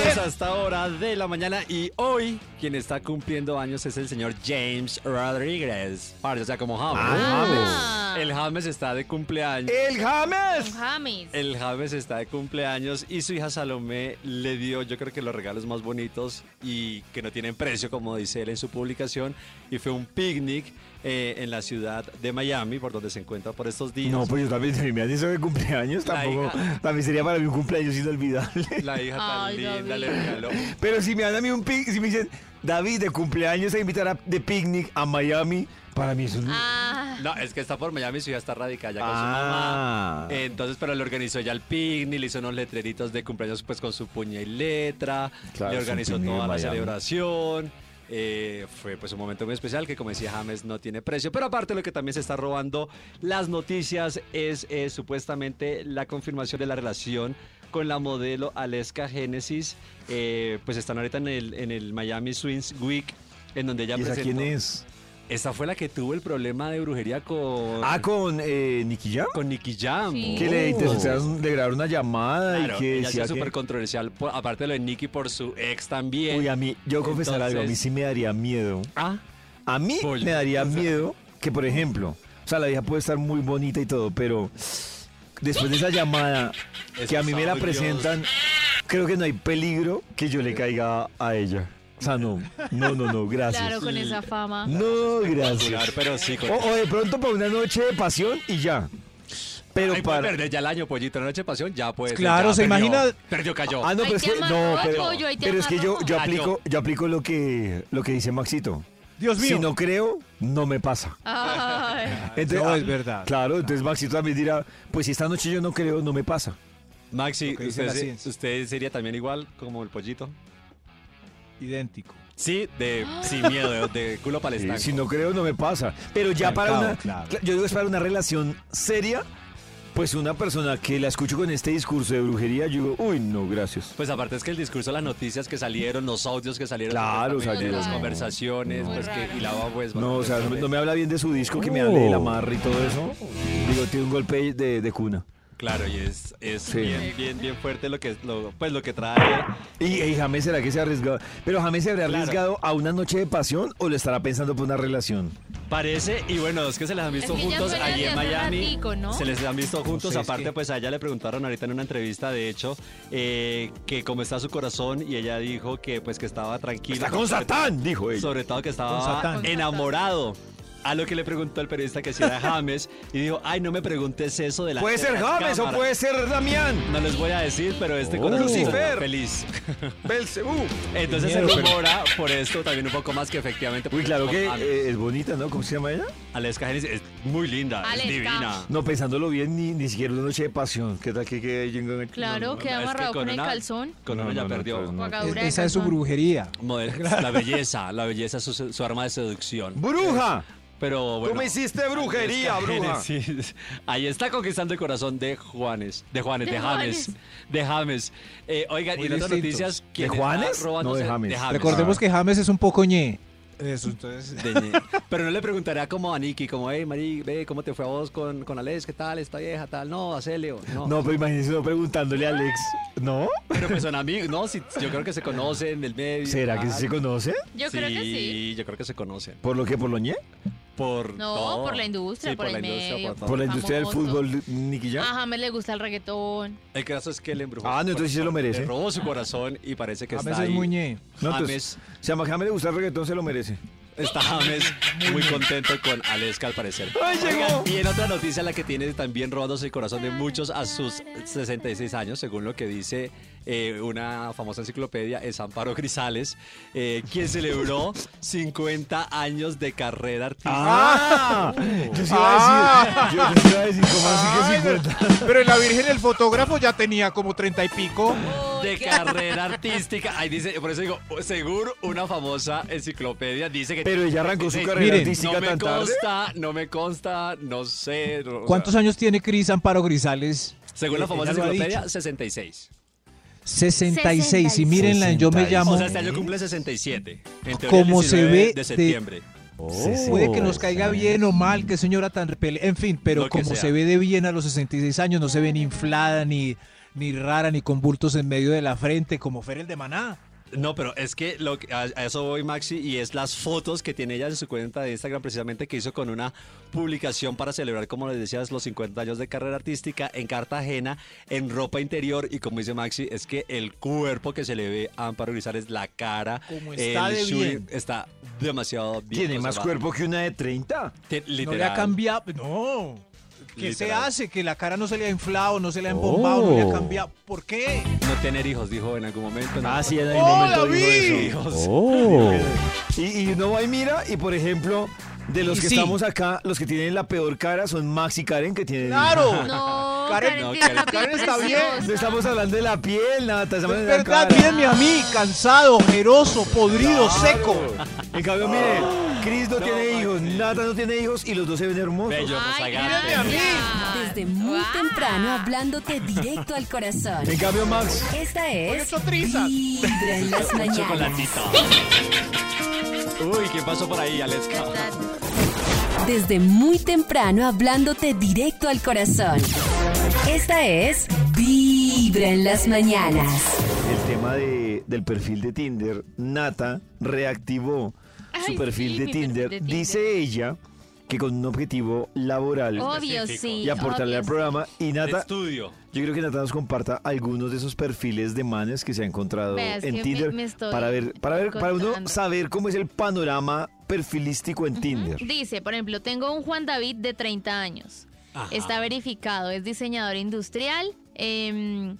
Speaker 4: Es hasta hora de la mañana y hoy quien está cumpliendo años es el señor James Rodríguez. Parce, o sea, como James. Uh.
Speaker 3: Ah.
Speaker 4: El James está de cumpleaños.
Speaker 2: El James.
Speaker 3: James.
Speaker 4: El James está de cumpleaños y su hija Salomé le dio, yo creo que los regalos más bonitos y que no tienen precio, como dice él en su publicación. Y fue un picnic eh, en la ciudad de Miami, por donde se encuentra por estos días.
Speaker 2: No, pues yo también, si me han dicho de cumpleaños,
Speaker 4: La
Speaker 2: tampoco.
Speaker 4: hija.
Speaker 2: También sería para mí un cumpleaños inolvidable.
Speaker 4: La hija tan
Speaker 3: Ay,
Speaker 4: linda le
Speaker 3: David.
Speaker 4: regaló.
Speaker 2: Pero si me dan a mí un pic, si me dicen, David, de cumpleaños a invitar a- de picnic a Miami, para mí eso es un.
Speaker 3: Ah,
Speaker 4: No, es que está por Miami, su hija está radicada ya con
Speaker 2: Ah.
Speaker 4: su mamá. Entonces, pero le organizó ya el picnic, le hizo unos letreritos de cumpleaños pues con su puña y letra,
Speaker 2: Claro,
Speaker 4: le
Speaker 2: es un
Speaker 4: organizó
Speaker 2: picnic en
Speaker 4: toda la
Speaker 2: Miami.
Speaker 4: celebración. Eh, fue pues un momento muy especial que como decía James no tiene precio, pero aparte lo que también se está robando las noticias es eh, supuestamente la confirmación de la relación con la modelo Aleska Genesis, Eh, pues están ahorita en el, en el Miami Swings Week, en donde ya
Speaker 2: ¿Y esa quién es?
Speaker 4: esta fue la que tuvo el problema de brujería con,
Speaker 2: Ah, con eh, Nicky Jam.
Speaker 4: con Nicky Jam. Oh.
Speaker 3: Sí.
Speaker 2: Que le interceptaron, le grabaron una llamada
Speaker 4: Claro,
Speaker 2: y que
Speaker 4: ella sí
Speaker 2: decía
Speaker 4: es súper
Speaker 2: que...
Speaker 4: controversial, por- aparte de lo de Nicky por su ex también.
Speaker 2: Uy, a mí, yo confesar algo, a mí
Speaker 4: Entonces-
Speaker 2: sí me daría miedo.
Speaker 4: Ah,
Speaker 2: A mí
Speaker 4: Pollo.
Speaker 2: me daría
Speaker 4: O sea-
Speaker 2: miedo que, por ejemplo, o sea, la vieja puede estar muy bonita y todo, pero después de esa llamada que a mí me la
Speaker 4: Esos audios.
Speaker 2: presentan, creo que no hay peligro que yo le caiga a ella. O sea, no, no, no, no, gracias.
Speaker 3: claro, con esa fama.
Speaker 2: No,
Speaker 4: claro,
Speaker 2: gracias.
Speaker 4: pero sí. Con...
Speaker 2: O, o de pronto para una noche de pasión y ya. Pero
Speaker 4: Ay, puede
Speaker 2: para...
Speaker 4: perder ya el año, pollito. La noche de pasión ya puede ser,
Speaker 5: Claro,
Speaker 4: ya
Speaker 5: se
Speaker 4: perdió.
Speaker 5: imagina-
Speaker 4: Perdió, cayó.
Speaker 2: Ah, no,
Speaker 3: Ahí
Speaker 2: pero es
Speaker 3: te
Speaker 2: que, no,
Speaker 3: amarró,
Speaker 2: pero,
Speaker 3: pollo, ahí te
Speaker 2: pero es que yo,
Speaker 3: amarró.
Speaker 2: yo
Speaker 4: Ah,
Speaker 2: aplico, yo aplico lo que, lo que dice Maxito.
Speaker 8: Dios mío.
Speaker 2: Si no creo, no me pasa.
Speaker 3: Ay,
Speaker 2: Entonces,
Speaker 5: no,
Speaker 2: ah,
Speaker 5: es verdad.
Speaker 2: Claro, entonces Maxito también dirá, pues si esta noche yo no creo, no me pasa.
Speaker 4: Maxi,
Speaker 5: Lo que dice la
Speaker 4: usted, se-
Speaker 5: ciencia.
Speaker 4: usted sería también igual como el pollito.
Speaker 5: Idéntico.
Speaker 4: Sí, de sin miedo, de, de culo
Speaker 2: Sí,
Speaker 4: palestino.
Speaker 2: si no creo, no me pasa. Pero ya para
Speaker 5: Trancao,
Speaker 2: una,
Speaker 5: claro.
Speaker 2: yo digo, es para una relación seria, pues una persona que la escucho con este discurso de brujería, yo digo, uy, no, gracias.
Speaker 4: Pues aparte es que el discurso, las noticias que salieron, los audios que salieron,
Speaker 2: Claro, o sea,
Speaker 4: completamente,
Speaker 3: yo
Speaker 4: las
Speaker 3: no.
Speaker 4: conversaciones,
Speaker 3: Muy
Speaker 4: pues que
Speaker 3: raro.
Speaker 4: y la va, pues
Speaker 2: No, o sea, no, me- no me habla bien de su disco, que me
Speaker 5: Oh.
Speaker 2: hable del amarre y todo eso. Digo, tiene un golpe de, de cuna.
Speaker 4: Claro, y es, es
Speaker 2: Sí.
Speaker 4: bien, bien, bien fuerte lo que es lo, pues lo que trae.
Speaker 2: Y, y James será que se arriesgado. Pero James se habrá
Speaker 4: Claro.
Speaker 2: arriesgado a una noche de pasión o lo estará pensando por una relación.
Speaker 4: Parece, y bueno, es que se les han visto
Speaker 3: Es que ya
Speaker 4: juntos
Speaker 3: fue
Speaker 4: allí
Speaker 3: desde
Speaker 4: en
Speaker 3: hace
Speaker 4: Miami.
Speaker 3: ratico, ¿no?
Speaker 4: Se les han visto juntos.
Speaker 5: sé, es
Speaker 4: Aparte,
Speaker 5: que-
Speaker 4: pues a ella le preguntaron ahorita en una entrevista, de hecho, eh, que cómo está su corazón, y ella dijo que pues que estaba tranquila.
Speaker 2: Está con Satán, dijo ella.
Speaker 4: Sobre todo que estaba
Speaker 5: Con Satán.
Speaker 4: enamorado. A lo que le preguntó el periodista que si era James, y dijo, ay, no me preguntes eso de la
Speaker 2: Puede ser James o puede ser Damián.
Speaker 4: No les voy a decir, pero este
Speaker 2: Oh.
Speaker 4: corazón está
Speaker 2: Lucifer.
Speaker 4: feliz.
Speaker 2: Belcebú.
Speaker 4: Entonces se
Speaker 5: Miedo, pero-
Speaker 4: rumora por esto también un poco más que efectivamente.
Speaker 2: Uy, claro
Speaker 4: por
Speaker 2: que
Speaker 4: James.
Speaker 2: eh, es bonita, ¿no? ¿Cómo se llama ella?
Speaker 4: Aleska Genesis es muy linda,
Speaker 3: Aleska.
Speaker 4: es divina.
Speaker 2: No, pensándolo bien, ni, ni siquiera una noche de pasión. ¿Qué tal que quede yo engan-
Speaker 3: Claro,
Speaker 4: no,
Speaker 3: queda
Speaker 4: es que
Speaker 3: amarrado
Speaker 4: con
Speaker 3: con, el
Speaker 4: una-
Speaker 3: calzón.
Speaker 4: Con uno
Speaker 2: No,
Speaker 4: ya
Speaker 2: no, no,
Speaker 4: perdió.
Speaker 2: entonces no.
Speaker 3: Cuagadura de
Speaker 5: Esa es su
Speaker 3: calzón.
Speaker 5: brujería.
Speaker 4: Model- la belleza, la belleza es su, su arma de seducción.
Speaker 2: ¡Bruja!
Speaker 4: Pero bueno.
Speaker 2: ¡Tú me hiciste
Speaker 4: Aleska
Speaker 2: brujería, bruja!
Speaker 4: Genesis, Ahí está conquistando el corazón de Juanes. De Juanes, de,
Speaker 3: De
Speaker 4: James.
Speaker 3: Juanes.
Speaker 4: De James. Eh, oigan,
Speaker 5: Muy
Speaker 4: y en otras
Speaker 5: distintos.
Speaker 4: noticias.
Speaker 2: ¿De
Speaker 4: ¿quién
Speaker 2: Juanes?
Speaker 4: está robándose-
Speaker 2: No, de James.
Speaker 5: Recordemos que James es un poco ñe. Eso, entonces.
Speaker 4: de Ñe. Pero no le preguntaría como a Nicky, como, hey, Mari, ve, ¿cómo te fue a vos con, con Alex? ¿Qué tal? ¿Esta vieja? ¿Tal? No, a Celio. No.
Speaker 2: No, pero imagínese uno preguntándole a Alex. ¿No?
Speaker 4: Pero pues son amigos, ¿no? Si, yo creo que se conocen del medio.
Speaker 2: ¿Será que sí se conoce?
Speaker 3: Yo creo que sí.
Speaker 4: yo creo que se conocen.
Speaker 2: ¿Por lo que? ¿Por lo ñe?
Speaker 4: Por
Speaker 3: No,
Speaker 4: todo.
Speaker 3: por la industria,
Speaker 4: Sí,
Speaker 3: por el medio,
Speaker 4: todo.
Speaker 2: ¿Por la industria del
Speaker 3: Famoso. Ah.
Speaker 2: fútbol, Nicky Jam?
Speaker 3: A James le gusta el reggaetón.
Speaker 4: El caso es que le embrujó.
Speaker 2: Ah, no,
Speaker 4: su
Speaker 2: entonces sí se
Speaker 4: corazón,
Speaker 2: lo merece.
Speaker 4: Le robó su corazón y parece que
Speaker 5: James
Speaker 4: está
Speaker 5: es
Speaker 4: ahí.
Speaker 5: muy ñe.
Speaker 2: No,
Speaker 4: James,
Speaker 2: entonces, si a James le gusta el reggaetón, se lo merece.
Speaker 4: está James muy contento con Aleska al parecer.
Speaker 2: ¡Ay, llegó!
Speaker 4: Y en otra noticia, la que tiene también robándose el corazón de muchos a sus 66 años, según lo que dice eh, una famosa enciclopedia, es Amparo Grisales, eh, quien celebró 50 años de carrera artística. Ah.
Speaker 2: ¡Ah! Yo sí iba
Speaker 5: Ah.
Speaker 2: a decir. Yo sí iba a decir, ¿cómo así que 50?
Speaker 7: Pero en la Virgen el fotógrafo ya tenía como treinta y pico.
Speaker 4: de carrera artística. Ahí dice, por eso digo, seguro una famosa enciclopedia dice que.
Speaker 2: Pero ella arrancó su
Speaker 4: Eh,
Speaker 2: carrera
Speaker 5: miren,
Speaker 2: artística
Speaker 4: no me
Speaker 2: tan tarde.
Speaker 4: consta, no me consta, no sé. no- o
Speaker 5: ¿Cuántos
Speaker 4: sea,
Speaker 5: años tiene Cris Amparo Grisales?
Speaker 4: según la
Speaker 5: Ella
Speaker 4: famosa
Speaker 5: Eh, lo ha
Speaker 4: enciclopedia,
Speaker 5: dicho.
Speaker 4: 66.
Speaker 5: 66. Y mírenla, en yo me 66.
Speaker 4: O
Speaker 5: llamo.
Speaker 4: sea, este año cumple 67. En teoría,
Speaker 5: Como
Speaker 4: el
Speaker 5: se
Speaker 4: 19
Speaker 5: ve
Speaker 4: de
Speaker 5: de-
Speaker 4: septiembre.
Speaker 5: Oh.
Speaker 4: Oh.
Speaker 5: Puede que nos caiga bien o mal, que señora tan repele. En fin,
Speaker 4: Lo
Speaker 5: pero
Speaker 4: que
Speaker 5: como
Speaker 4: sea.
Speaker 5: se ve de bien a los 66 años, no se ve ni inflada, ni, ni rara, ni con bultos en medio de la frente, como Fer el de Maná.
Speaker 4: No, pero es que, lo que- a, a eso voy, Maxi, y es las fotos que tiene ella en su cuenta de Instagram, precisamente que hizo con una publicación para celebrar, como les decías, los 50 años de carrera artística en Cartagena, en ropa interior. Y como dice Maxi, es que el cuerpo que se le ve a Amparo Grisales, la cara,
Speaker 5: Como está de
Speaker 4: shooting,
Speaker 5: bien.
Speaker 4: está demasiado bien.
Speaker 2: Tiene más
Speaker 4: conservada.
Speaker 2: cuerpo que una de 30.
Speaker 4: Te-
Speaker 5: No le ha
Speaker 4: literal.
Speaker 5: cambiado. No. ¿Qué se
Speaker 4: Literal. Oh.
Speaker 5: hace? Que la cara no se le ha inflado, no se le ha embombado, no le ha cambiado. ¿Por qué?
Speaker 4: No tener hijos, dijo en algún momento. ¿no?
Speaker 2: Ah, sí, en algún
Speaker 4: ¡Oh,
Speaker 2: momento dijo
Speaker 4: David!
Speaker 2: eso.
Speaker 4: Hijos.
Speaker 2: Y, y uno va y mira, y por ejemplo, de los
Speaker 5: Y
Speaker 2: que
Speaker 5: sí.
Speaker 2: estamos acá, los que tienen la peor cara son Max y Karen, que tienen.
Speaker 7: ¡Claro!
Speaker 3: No,
Speaker 7: Karen,
Speaker 3: Karen,
Speaker 4: no,
Speaker 3: tiene
Speaker 4: Karen,
Speaker 3: la piel
Speaker 7: Karen está bien.
Speaker 3: preciosa.
Speaker 2: No estamos hablando de la piel, nada, estamos
Speaker 5: Es
Speaker 2: hablando de la
Speaker 5: verdad,
Speaker 2: cara.
Speaker 5: viene a mí, cansado, ojeroso, podrido, seco.
Speaker 2: En cambio, mire, Chris no,
Speaker 4: No,
Speaker 2: tiene
Speaker 4: Maxi.
Speaker 2: hijos, Nata no tiene hijos y los dos se ven hermosos.
Speaker 4: Bello, nos
Speaker 3: Ay,
Speaker 4: agarra.
Speaker 3: gracias.
Speaker 1: Desde muy
Speaker 3: Guau.
Speaker 1: temprano hablándote directo al corazón.
Speaker 2: En cambio, Max,
Speaker 1: Esta es
Speaker 7: eso trizas.
Speaker 1: Vibra en las mañanas.
Speaker 4: Chocolatito. Uy, ¿qué pasó por ahí, Aleska?
Speaker 1: Desde muy temprano hablándote directo al corazón. Esta es Vibra en las mañanas.
Speaker 2: el tema de- del perfil de Tinder, Nata reactivó su
Speaker 3: Ay,
Speaker 2: perfil
Speaker 3: sí,
Speaker 2: de,
Speaker 3: mi perfil
Speaker 2: Tinder.
Speaker 3: de
Speaker 2: Dice ella que con un objetivo laboral
Speaker 3: Obvio
Speaker 4: específico.
Speaker 3: sí.
Speaker 2: y aportarle
Speaker 3: obvio
Speaker 2: al
Speaker 3: sí.
Speaker 2: programa. Y Nata,
Speaker 4: Estudio.
Speaker 2: yo creo que Nata nos comparta algunos de esos perfiles de manes que se ha encontrado
Speaker 3: Veas que
Speaker 2: en
Speaker 3: me-
Speaker 2: Tinder
Speaker 3: me estoy
Speaker 2: para ver, para ver, para uno
Speaker 3: encontrando.
Speaker 2: saber cómo es el panorama perfilístico en Tinder.
Speaker 3: Dice, por ejemplo, tengo un Juan David de 30 años.
Speaker 4: Ajá.
Speaker 3: Está verificado, es diseñador industrial. em,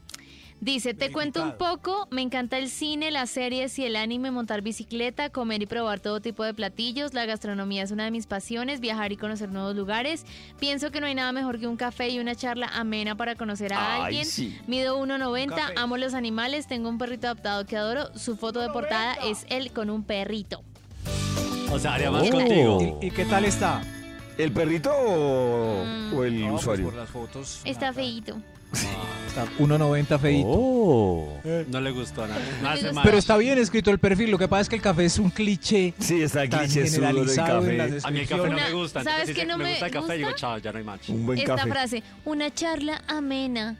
Speaker 3: dice, te cuento un poco, me encanta el cine, las series y el anime, montar bicicleta, comer y probar todo tipo de platillos, la gastronomía es una de mis pasiones, viajar y conocer nuevos lugares. Pienso que no hay nada mejor que un café y una charla amena para conocer a
Speaker 2: Ay,
Speaker 3: alguien.
Speaker 2: sí.
Speaker 3: Mido 1,90, amo los animales, tengo un perrito adoptado que adoro, su foto de portada es él con un perrito.
Speaker 4: O sea, haría más contigo.
Speaker 5: Oh. ¿Y, y qué tal está? pues
Speaker 2: ¿El perrito o,
Speaker 3: Mm.
Speaker 2: o el usuario?
Speaker 5: las fotos.
Speaker 3: Está feito.
Speaker 5: Está 1.90 feíto.
Speaker 4: Oh. No le gustó nada. No hace
Speaker 3: gustó.
Speaker 4: mal.
Speaker 5: Pero está bien escrito el perfil, lo que pasa es que el café es un cliché
Speaker 2: Sí, está
Speaker 5: tan
Speaker 2: aquí, chesudo del
Speaker 5: generalizado en las
Speaker 2: café.
Speaker 4: A mí el café no
Speaker 5: descripciones.
Speaker 4: me
Speaker 3: Una-
Speaker 4: gusta.
Speaker 3: ¿sabes
Speaker 4: entonces
Speaker 3: qué
Speaker 4: dice,
Speaker 3: no
Speaker 4: me
Speaker 3: me
Speaker 4: gusta el café y digo,
Speaker 3: gusta?
Speaker 4: chao, ya no hay match.
Speaker 2: Un buen
Speaker 3: Esta
Speaker 2: café.
Speaker 3: frase, una charla amena.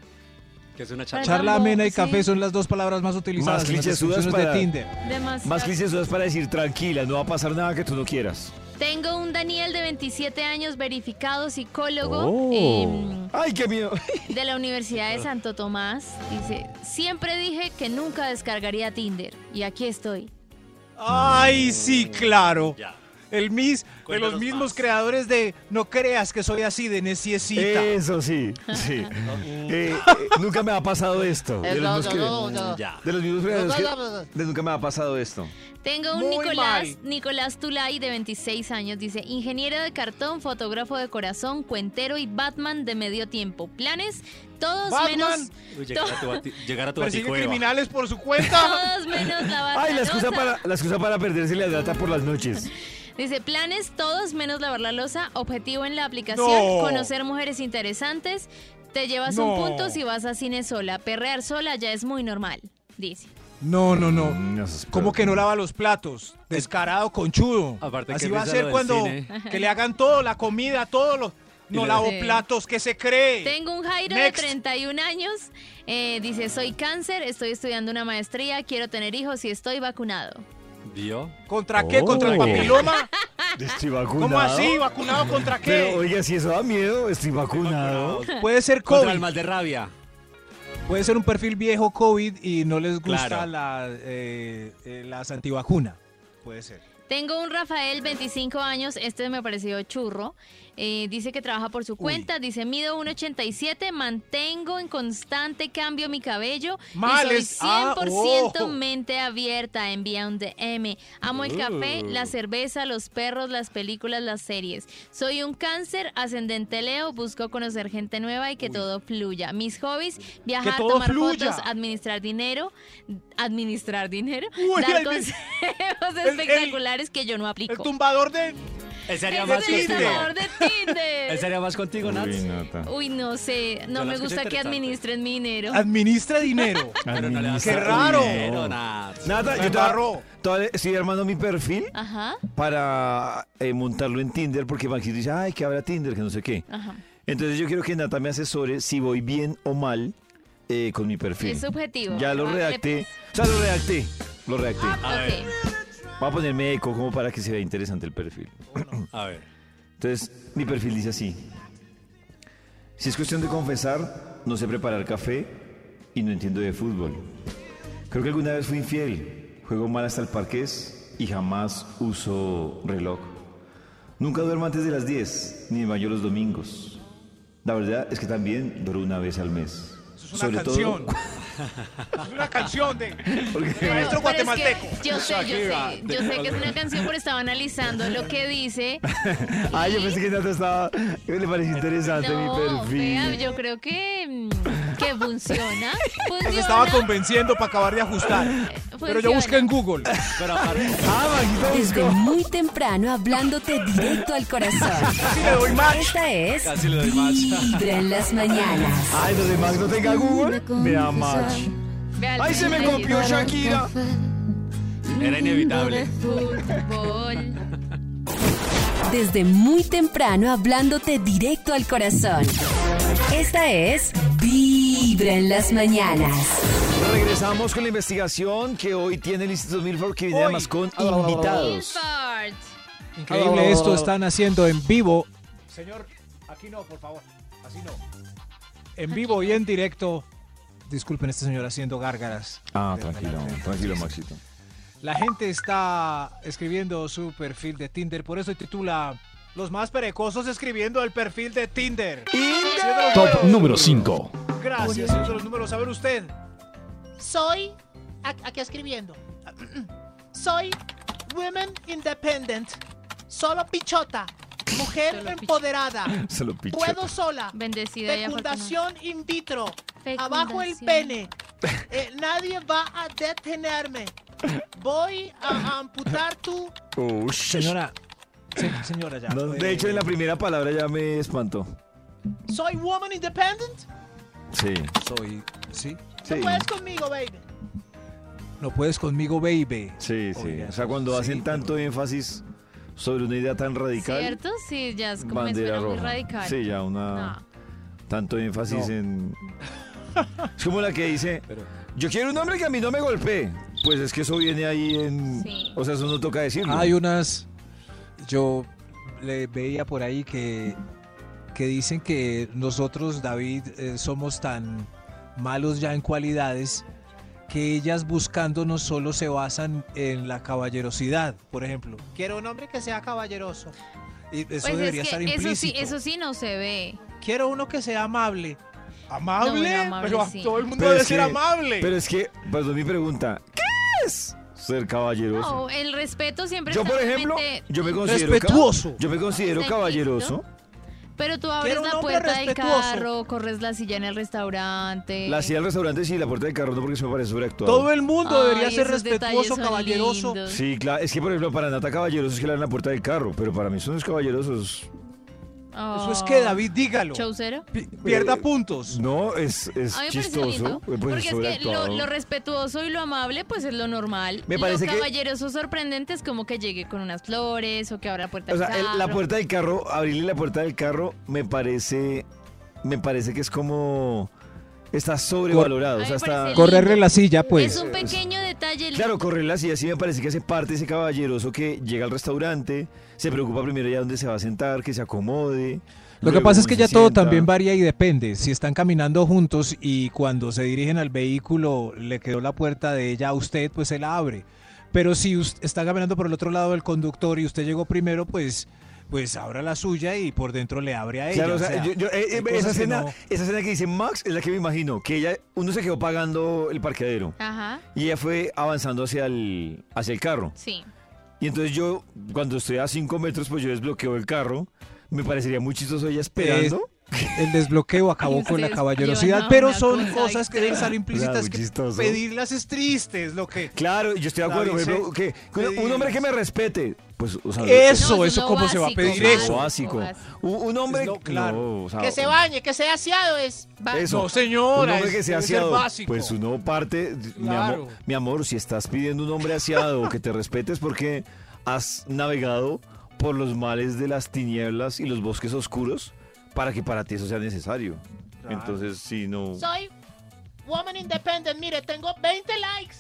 Speaker 4: Que es una charla.
Speaker 5: Charla amena y
Speaker 3: Sí.
Speaker 5: café son las dos palabras más utilizadas
Speaker 2: Más
Speaker 5: en las
Speaker 2: clichesudas
Speaker 5: descripciones
Speaker 2: para-
Speaker 5: de Tinder.
Speaker 3: Demasiado.
Speaker 2: Más que eso es para decir, tranquila, no va a pasar nada que tú no quieras.
Speaker 3: Tengo un Daniel de 27 años, verificado psicólogo.
Speaker 2: Oh.
Speaker 3: em,
Speaker 2: ¡Ay, qué miedo!
Speaker 3: de la Universidad de Santo Tomás. Dice, siempre dije que nunca descargaría Tinder. Y aquí estoy.
Speaker 5: Ay, sí, claro.
Speaker 4: Ya.
Speaker 5: El mis, de
Speaker 4: Cuéntanos
Speaker 5: los mismos
Speaker 4: más.
Speaker 5: creadores de No creas que soy así de neciecita.
Speaker 2: Eso sí, sí. Eh, eh, nunca me ha pasado esto.
Speaker 4: Eh,
Speaker 2: De los mismos que-
Speaker 4: Ya.
Speaker 2: de los mismos creadores que- de nunca me ha pasado esto.
Speaker 3: Tengo un
Speaker 5: Muy
Speaker 3: Nicolás,
Speaker 5: mal.
Speaker 3: Nicolás Tulay de 26 años. Dice, ingeniero de cartón, fotógrafo de corazón, cuentero y Batman de medio tiempo. Planes, todos
Speaker 5: Batman.
Speaker 3: menos...
Speaker 4: Uy, llegar a tu, bati- llegar a tu
Speaker 5: Persigue
Speaker 4: baticueva.
Speaker 5: criminales por su cuenta.
Speaker 3: Todos menos lavar
Speaker 2: Ay, la
Speaker 3: la
Speaker 2: excusa
Speaker 3: losa.
Speaker 2: para, la excusa para perderse la data por las noches.
Speaker 3: Dice, planes todos menos lavar la losa. Objetivo en la aplicación,
Speaker 5: No.
Speaker 3: conocer mujeres interesantes. Te llevas
Speaker 5: No.
Speaker 3: un punto si vas a cine sola. Perrear sola ya es muy normal, dice.
Speaker 5: No, no, no.
Speaker 2: No,
Speaker 5: ¿Cómo que no lava los platos? Descarado, conchudo.
Speaker 4: Aparte,
Speaker 5: Así
Speaker 4: qué
Speaker 5: va a
Speaker 4: risa lo
Speaker 5: ser
Speaker 4: del
Speaker 5: cuando
Speaker 4: cine.
Speaker 5: que le hagan todo, la comida, todo lo... No
Speaker 4: le-
Speaker 5: lavo
Speaker 3: Sí.
Speaker 5: platos, ¿qué se cree?
Speaker 3: Tengo un Jairo
Speaker 5: Next.
Speaker 3: de 31 años. eh, dice, soy cáncer, estoy estudiando una maestría, quiero tener hijos y estoy vacunado.
Speaker 4: ¿Vio?
Speaker 5: ¿Contra qué? ¿Contra el
Speaker 2: Oh.
Speaker 5: papiloma?
Speaker 2: Estoy vacunado.
Speaker 5: ¿Cómo así? ¿Vacunado contra
Speaker 2: Pero
Speaker 5: qué?
Speaker 2: oiga, si eso da miedo, estoy vacunado.
Speaker 5: Puede ser
Speaker 4: Contra el
Speaker 5: COVID.
Speaker 4: mal de rabia.
Speaker 5: Puede ser un perfil viejo COVID y no les gusta
Speaker 4: Claro.
Speaker 5: la, eh, eh, las antivacunas. Puede ser.
Speaker 3: Tengo un Rafael, 25 años, este me pareció churro. eh, dice que trabaja por su cuenta, dice, mido 1,87, mantengo en constante cambio mi cabello y
Speaker 5: Males.
Speaker 3: soy
Speaker 5: Ah,
Speaker 3: 100%
Speaker 5: ojo.
Speaker 3: mente abierta, envía un DM. Amo el café, la cerveza, los perros, las películas, las series. Soy un cáncer, ascendente Leo, busco conocer gente nueva y que todo fluya. Mis hobbies, viajar,
Speaker 5: todo
Speaker 3: tomar
Speaker 5: fluya.
Speaker 3: fotos, administrar dinero, administrar dinero,
Speaker 5: Uy,
Speaker 3: dar
Speaker 5: ay, me-
Speaker 3: consejos
Speaker 5: el-
Speaker 3: espectaculares que yo no aplico.
Speaker 5: El tumbador de...
Speaker 4: Él sería
Speaker 3: Es
Speaker 4: más
Speaker 3: el
Speaker 5: Tinder.
Speaker 4: contigo.
Speaker 3: tumbador de
Speaker 4: Él
Speaker 3: Tinder.
Speaker 4: sería más contigo, Nats.
Speaker 3: Uy, no sé, no
Speaker 4: Yo la
Speaker 3: me
Speaker 4: escuché
Speaker 3: gusta que
Speaker 4: interesante.
Speaker 3: administren mi dinero.
Speaker 5: Administra dinero.
Speaker 4: Pero no le das
Speaker 5: ¡Qué
Speaker 4: tanto
Speaker 5: raro!
Speaker 4: dinero, Nats.
Speaker 2: Nada,
Speaker 5: Me
Speaker 2: yo
Speaker 5: embarró.
Speaker 2: todavía, todavía estoy armando mi perfil
Speaker 3: Ajá,
Speaker 2: para eh, montarlo en Tinder porque Maxito dice, ay, que habrá Tinder, que no sé qué.
Speaker 3: ajá.
Speaker 2: Entonces yo quiero que Nata me asesore si voy bien o mal eh, con mi perfil.
Speaker 3: Es subjetivo.
Speaker 2: Ya lo
Speaker 3: Ah,
Speaker 2: redacté. O sea, lo redacté. Lo redacté.
Speaker 3: le-
Speaker 4: A
Speaker 3: Ah, ok.
Speaker 4: ver,
Speaker 2: Voy a ponerme eco como para que se vea interesante el perfil.
Speaker 4: a ver.
Speaker 2: Entonces, mi perfil dice así. Si es cuestión de confesar, no sé preparar café y no entiendo de fútbol. Creo que alguna vez fui infiel. Juego mal hasta el parqués y jamás uso reloj. Nunca duermo antes de las 10, ni me baño los domingos. La verdad es que también duro una vez al mes.
Speaker 5: Eso es una canción. es una canción de...
Speaker 2: porque
Speaker 5: Maestro
Speaker 3: Pero es que
Speaker 5: guatemalteco.
Speaker 3: yo sé, yo sé, yo sé que es una canción, pero estaba analizando lo que dice.
Speaker 2: Ay, yo pensé que Nata estaba. Le pareció interesante mi
Speaker 3: No, vea,
Speaker 2: perfil.
Speaker 3: yo creo que, mm, que funciona. Funciona.
Speaker 5: Se Pues estaba convenciendo para acabar de ajustar. Pero yo
Speaker 3: Funciona.
Speaker 5: busqué en Google.
Speaker 4: Pero aparte,
Speaker 2: Ah,
Speaker 1: Desde muy temprano hablándote directo al corazón.
Speaker 5: Si le doy más.
Speaker 1: Esta es
Speaker 4: Casi le doy match.
Speaker 1: Vibra en las mañanas.
Speaker 2: Ay, los demás no tenga Google. Me da match.
Speaker 3: Vea el
Speaker 2: Ay, se me
Speaker 3: mensaje.
Speaker 2: copió Shakira.
Speaker 4: era inevitable.
Speaker 3: Fútbol.
Speaker 1: Desde muy temprano hablándote directo al corazón. Esta es Vibra en las mañanas.
Speaker 2: Regresamos con la investigación que hoy tiene el Instituto Milford que viene
Speaker 5: Hoy.
Speaker 2: además con invitados.
Speaker 3: Milford.
Speaker 5: Increíble, esto están haciendo en vivo. Señor, aquí no, por favor. Así no. En vivo y en directo. Disculpen, este señor haciendo gárgaras.
Speaker 2: Ah,
Speaker 5: Desde la-
Speaker 2: tranquilo, Maxito.
Speaker 5: La gente está escribiendo su perfil de Tinder, por eso titula Los más perecosos escribiendo el perfil de Tinder. Siendo los
Speaker 11: Top
Speaker 5: números-
Speaker 11: número 5.
Speaker 5: Gracias, siendo los números. A ver usted.
Speaker 12: Soy, ac- aquí escribiendo, soy women independent, solo pichota, mujer
Speaker 3: Solo pichota.
Speaker 12: empoderada,
Speaker 2: Se lo piché.
Speaker 12: puedo sola,
Speaker 3: Bendecida y afortunada.
Speaker 12: fecundación in vitro,
Speaker 3: Fecundación.
Speaker 12: abajo el pene, eh, nadie va a detenerme, voy a amputar tu...
Speaker 5: Señora. se- señora ya.
Speaker 2: No, de
Speaker 5: Eh,
Speaker 2: hecho, en la primera palabra ya me espantó.
Speaker 12: Soy woman independent,
Speaker 2: Sí.
Speaker 5: Soy. ¿Sí?
Speaker 2: Sí,
Speaker 12: no puedes conmigo, baby.
Speaker 5: No puedes conmigo, baby.
Speaker 2: sí. sí.
Speaker 5: Oiga,
Speaker 2: O sea, cuando
Speaker 5: sí,
Speaker 2: hacen
Speaker 5: pero-
Speaker 2: tanto énfasis sobre una idea tan radical,
Speaker 3: ¿Cierto? Sí, ya es como me
Speaker 2: bandera
Speaker 3: suena
Speaker 2: roja.
Speaker 3: muy radical.
Speaker 2: Sí, ya una.
Speaker 3: No.
Speaker 2: Tanto énfasis en. Es como la que dice: Yo quiero un hombre que a mí no me golpee. Pues es que eso viene ahí en.
Speaker 3: Sí.
Speaker 2: O sea, eso no toca decirlo.
Speaker 5: Hay unas. yo le veía por ahí que, que dicen que nosotros, David, eh, somos tan malos ya en cualidades que ellas buscándonos solo se basan en la caballerosidad, por ejemplo.
Speaker 9: Quiero un hombre que sea caballeroso.
Speaker 5: Y eso
Speaker 3: Pues es
Speaker 5: debería
Speaker 3: que
Speaker 5: estar
Speaker 3: eso sí,
Speaker 5: implícito.
Speaker 3: eso sí no se ve.
Speaker 5: Quiero uno que sea amable.
Speaker 3: ¿Amable? No, amable Pero a sí. todo el
Speaker 5: Pues
Speaker 2: Pero es que- Pero es que, perdón mi pregunta, ¿qué es ser caballeroso?
Speaker 3: No, el respeto siempre
Speaker 2: Yo,
Speaker 3: está
Speaker 2: por ejemplo,
Speaker 3: obviamente-
Speaker 2: yo me considero
Speaker 5: Respetuoso.
Speaker 2: ca- Yo me considero
Speaker 3: Perfecto.
Speaker 2: caballeroso.
Speaker 3: Pero tú abres
Speaker 5: Quiero un
Speaker 3: la
Speaker 5: hombre
Speaker 3: puerta del
Speaker 5: respetuoso.
Speaker 3: carro, corres la silla en el restaurante.
Speaker 2: La silla del restaurante sí, la puerta del carro no porque eso me parece sobreactuado.
Speaker 5: Todo el mundo debería
Speaker 3: Ay,
Speaker 5: ser
Speaker 3: esos detalles
Speaker 5: respetuoso,
Speaker 3: son
Speaker 5: caballeroso.
Speaker 3: lindos.
Speaker 2: Sí, claro. Es que, por ejemplo, para Nata caballeroso es que le dan la puerta del carro, pero para mí son los caballerosos.
Speaker 5: Eso es
Speaker 3: Oh.
Speaker 5: que, David, dígalo.
Speaker 3: Chaucero.
Speaker 5: Pi- Pierda puntos.
Speaker 2: eh, No, es, es
Speaker 3: A mí me parece
Speaker 2: chistoso.
Speaker 3: lindo.
Speaker 2: pues,
Speaker 3: Porque es que lo,
Speaker 2: sobreactuado.
Speaker 3: lo respetuoso y lo amable, pues es lo normal.
Speaker 2: Me parece
Speaker 3: lo
Speaker 2: que-
Speaker 3: caballeroso sorprendente es como que llegue con unas flores o que abra la puerta.
Speaker 2: O sea,
Speaker 3: del
Speaker 2: el- la
Speaker 3: carro.
Speaker 2: puerta del carro, abrirle la puerta del carro me parece, me parece que es como está
Speaker 3: A
Speaker 2: sobrevalorado. o
Speaker 3: mí
Speaker 2: sea,
Speaker 3: me
Speaker 2: está
Speaker 3: parece Correrle
Speaker 5: la silla, pues.
Speaker 3: Es un pequeño detalle.
Speaker 2: Claro, correrla así, así me parece que hace parte ese caballeroso que llega al restaurante, se preocupa primero ya dónde se va a sentar, que se acomode.
Speaker 5: Lo que
Speaker 2: luego
Speaker 5: pasa es que
Speaker 2: dónde
Speaker 5: ya
Speaker 2: se
Speaker 5: todo
Speaker 2: sienta.
Speaker 5: también varía y depende. Si están caminando juntos y cuando se dirigen al vehículo le quedó la puerta de ella a usted, pues se la abre. Pero si us- está caminando por el otro lado del conductor y usted llegó primero, pues, pues abra la suya y por dentro le abre a ella.
Speaker 2: Claro, o sea, yo- yo- eh,
Speaker 5: hay
Speaker 2: eh,
Speaker 5: cosas
Speaker 2: esa,
Speaker 5: que
Speaker 2: escena,
Speaker 5: no-
Speaker 2: esa escena que dice Max es la que me imagino, que ella, uno se quedó pagando el parqueadero
Speaker 3: Ajá.
Speaker 2: y ella fue avanzando hacia el, hacia el carro.
Speaker 3: Sí.
Speaker 2: Y entonces yo, cuando estoy a 5 metros, pues yo desbloqueo el carro. Me parecería muy chistoso ella esperando.
Speaker 5: El desbloqueo acabó
Speaker 2: Ay,
Speaker 5: con la
Speaker 2: ustedes,
Speaker 5: caballerosidad,
Speaker 2: yo no,
Speaker 5: pero
Speaker 2: una
Speaker 5: son
Speaker 2: cosa
Speaker 5: cosas que deben estar
Speaker 2: Claro,
Speaker 5: implícitas.
Speaker 2: muy
Speaker 5: que
Speaker 2: chistoso.
Speaker 5: pedirlas es triste, es lo que.
Speaker 2: Claro, yo estoy de acuerdo.
Speaker 5: David,
Speaker 2: por ejemplo,
Speaker 5: sí.
Speaker 2: que, que un- un hombre que me respete. Pues, o
Speaker 5: Eso,
Speaker 2: sea,
Speaker 5: No, eso es eso lo cómo se va a básico, pedir
Speaker 2: Lo
Speaker 5: eso.
Speaker 2: Básico.
Speaker 5: básico.
Speaker 2: Un, un hombre.
Speaker 5: Es lo claro.
Speaker 2: no, o sea,
Speaker 9: que se bañe, que sea aseado es. Va-
Speaker 2: Ah, Eso.
Speaker 5: No, señora,
Speaker 2: Un hombre
Speaker 5: es-
Speaker 2: que sea
Speaker 5: debe ser
Speaker 2: aseado.
Speaker 5: básico.
Speaker 2: Pues uno parte. Mi,
Speaker 5: Claro.
Speaker 2: amor, mi amor, si estás pidiendo un hombre aseado o que te respetes porque has navegado por los males de las tinieblas y los bosques oscuros para que para ti eso sea necesario. Entonces, si no.
Speaker 9: Soy woman independent. Mire, tengo 20 likes,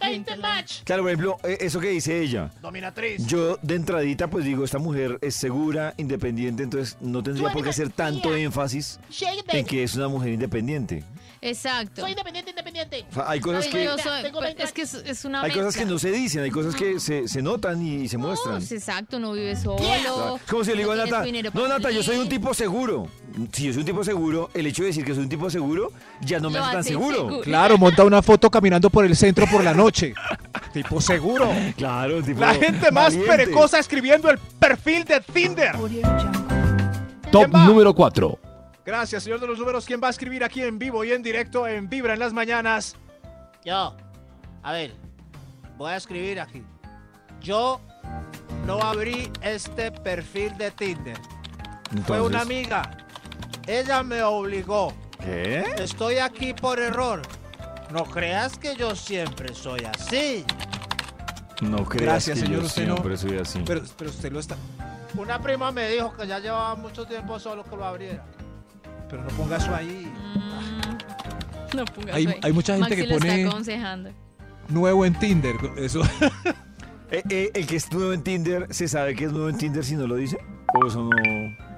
Speaker 9: 20, match.
Speaker 2: Claro, por ejemplo, eh, eso que dice ella.
Speaker 9: Dominatriz.
Speaker 2: Yo de entradita pues digo, esta mujer es segura, independiente, entonces no tendría por qué hacer tanto énfasis
Speaker 9: Shake
Speaker 2: en
Speaker 9: it.
Speaker 2: que es una mujer independiente.
Speaker 3: Exacto.
Speaker 9: Soy independiente, independiente.
Speaker 2: O sea, hay cosas
Speaker 3: Ay,
Speaker 2: que
Speaker 3: yo soy-
Speaker 9: Tengo
Speaker 3: pero
Speaker 9: 20
Speaker 3: es que es, es una
Speaker 2: hay cosas que
Speaker 3: mezcla.
Speaker 2: no se dicen, hay cosas que se, se notan y, y se
Speaker 3: No,
Speaker 2: muestran.
Speaker 3: pues, exacto, no vive solo.
Speaker 2: O sea, es como si le digo a
Speaker 3: no tienes
Speaker 2: Nata,
Speaker 3: dinero
Speaker 2: no
Speaker 3: para
Speaker 2: Nata, yo soy un
Speaker 3: vivir".
Speaker 2: tipo seguro. Si yo soy un tipo seguro, el hecho de decir que soy un tipo seguro ya no me
Speaker 3: Lo
Speaker 2: hace tan
Speaker 3: hace
Speaker 2: seguro.
Speaker 3: inseguro.
Speaker 5: Claro, monta una foto caminando por el centro por la noche. tipo
Speaker 13: Pues
Speaker 5: seguro.
Speaker 2: Claro, tipo
Speaker 4: La gente más
Speaker 2: valiente.
Speaker 4: perecosa escribiendo el perfil de Tinder.
Speaker 13: Top número 4.
Speaker 4: Gracias, señor de los números. ¿Quién va a escribir aquí en vivo y en directo en Vibra en las mañanas?
Speaker 9: Yo, a ver, voy a escribir aquí. Yo no abrí este perfil de Tinder. Fue
Speaker 13: Entonces-
Speaker 9: una amiga. Ella me obligó.
Speaker 2: ¿Qué?
Speaker 9: Estoy aquí por error. No creas que yo siempre soy así.
Speaker 2: No creas
Speaker 5: Gracias,
Speaker 2: que
Speaker 5: señor,
Speaker 2: yo
Speaker 5: usted no-
Speaker 2: siempre soy así.
Speaker 5: Pero, pero usted lo está.
Speaker 9: Una prima me dijo que ya llevaba mucho tiempo solo que lo abriera.
Speaker 5: Pero no ponga eso ahí.
Speaker 3: No pongas
Speaker 5: Hay-
Speaker 3: ahí.
Speaker 5: hay mucha gente
Speaker 3: Maxi
Speaker 5: que
Speaker 3: lo
Speaker 5: pone-
Speaker 3: está aconsejando.
Speaker 5: Nuevo en Tinder. Eso.
Speaker 2: Eh, eh, el que es nuevo en Tinder, ¿se sabe que es nuevo en Tinder si no lo dice? ¿O eso no...?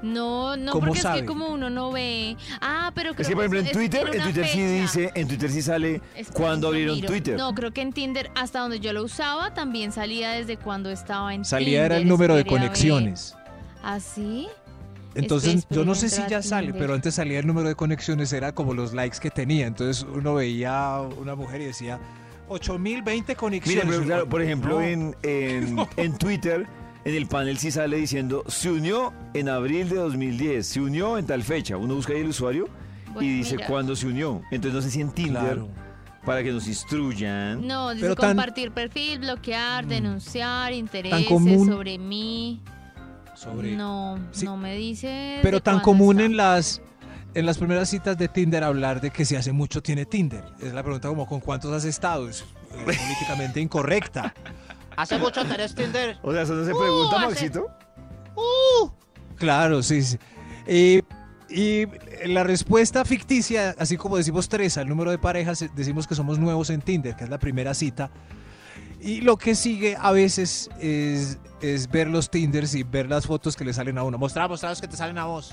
Speaker 3: No, no,
Speaker 2: ¿Cómo
Speaker 3: porque es
Speaker 2: sabe?
Speaker 3: que como uno no ve. Ah, pero creo
Speaker 2: Es que, por ejemplo, en
Speaker 3: eso- eso
Speaker 2: Twitter,
Speaker 3: tiene
Speaker 2: en
Speaker 3: una
Speaker 2: Twitter sí
Speaker 3: fecha.
Speaker 2: dice, en Twitter sí sale
Speaker 3: Espera, ya
Speaker 2: cuando abrieron
Speaker 3: miro.
Speaker 2: Twitter.
Speaker 3: No, creo que en Tinder, hasta donde yo lo usaba, también salía desde cuando estaba en Tinder.
Speaker 5: Salía era el número de
Speaker 3: espere a ver.
Speaker 5: conexiones.
Speaker 3: ¿Ah, sí?
Speaker 5: Entonces,
Speaker 3: Espere,
Speaker 5: yo no sé
Speaker 3: espere,
Speaker 5: si
Speaker 3: entro a
Speaker 5: ya sale,
Speaker 3: Tinder.
Speaker 5: pero antes salía el número de conexiones, era como los likes que tenía. Entonces uno veía una mujer y decía 8020
Speaker 2: Mire,
Speaker 5: conexiones.
Speaker 2: pero, claro, por ejemplo,
Speaker 5: No.
Speaker 2: en, en, en Twitter, en el panel sí sale diciendo, se unió en abril de 2010, se unió en tal fecha. Uno busca ahí el usuario
Speaker 3: Bueno,
Speaker 2: y dice
Speaker 3: mira.
Speaker 2: cuándo se unió. Entonces, no sé si en Tinder,
Speaker 5: Claro.
Speaker 2: para que nos instruyan.
Speaker 3: No, dice
Speaker 2: Pero tan-
Speaker 3: compartir perfil, bloquear, denunciar, intereses
Speaker 5: Mm. común.
Speaker 3: sobre mí.
Speaker 5: Sobre-
Speaker 3: No, no me dice.
Speaker 5: Pero
Speaker 3: de
Speaker 5: tan
Speaker 3: cuándo
Speaker 5: común en las en las primeras citas de Tinder hablar de que si hace mucho tiene Tinder. Es la pregunta como con cuántos has estado. Es eh, políticamente incorrecta.
Speaker 9: Hace mucho tenés Tinder.
Speaker 2: O sea, eso no se
Speaker 9: Uh,
Speaker 2: pregunta,
Speaker 9: hace-
Speaker 2: Maxito.
Speaker 9: ¡Uh!
Speaker 5: Claro, sí. sí. Eh, y la respuesta ficticia, así como decimos tres al número de parejas, eh, decimos que somos nuevos en Tinder, que es la primera cita. Y lo que sigue a veces es es ver los Tinders y ver las fotos que le salen a uno.
Speaker 14: Mostrar, mostrar los que te salen a vos.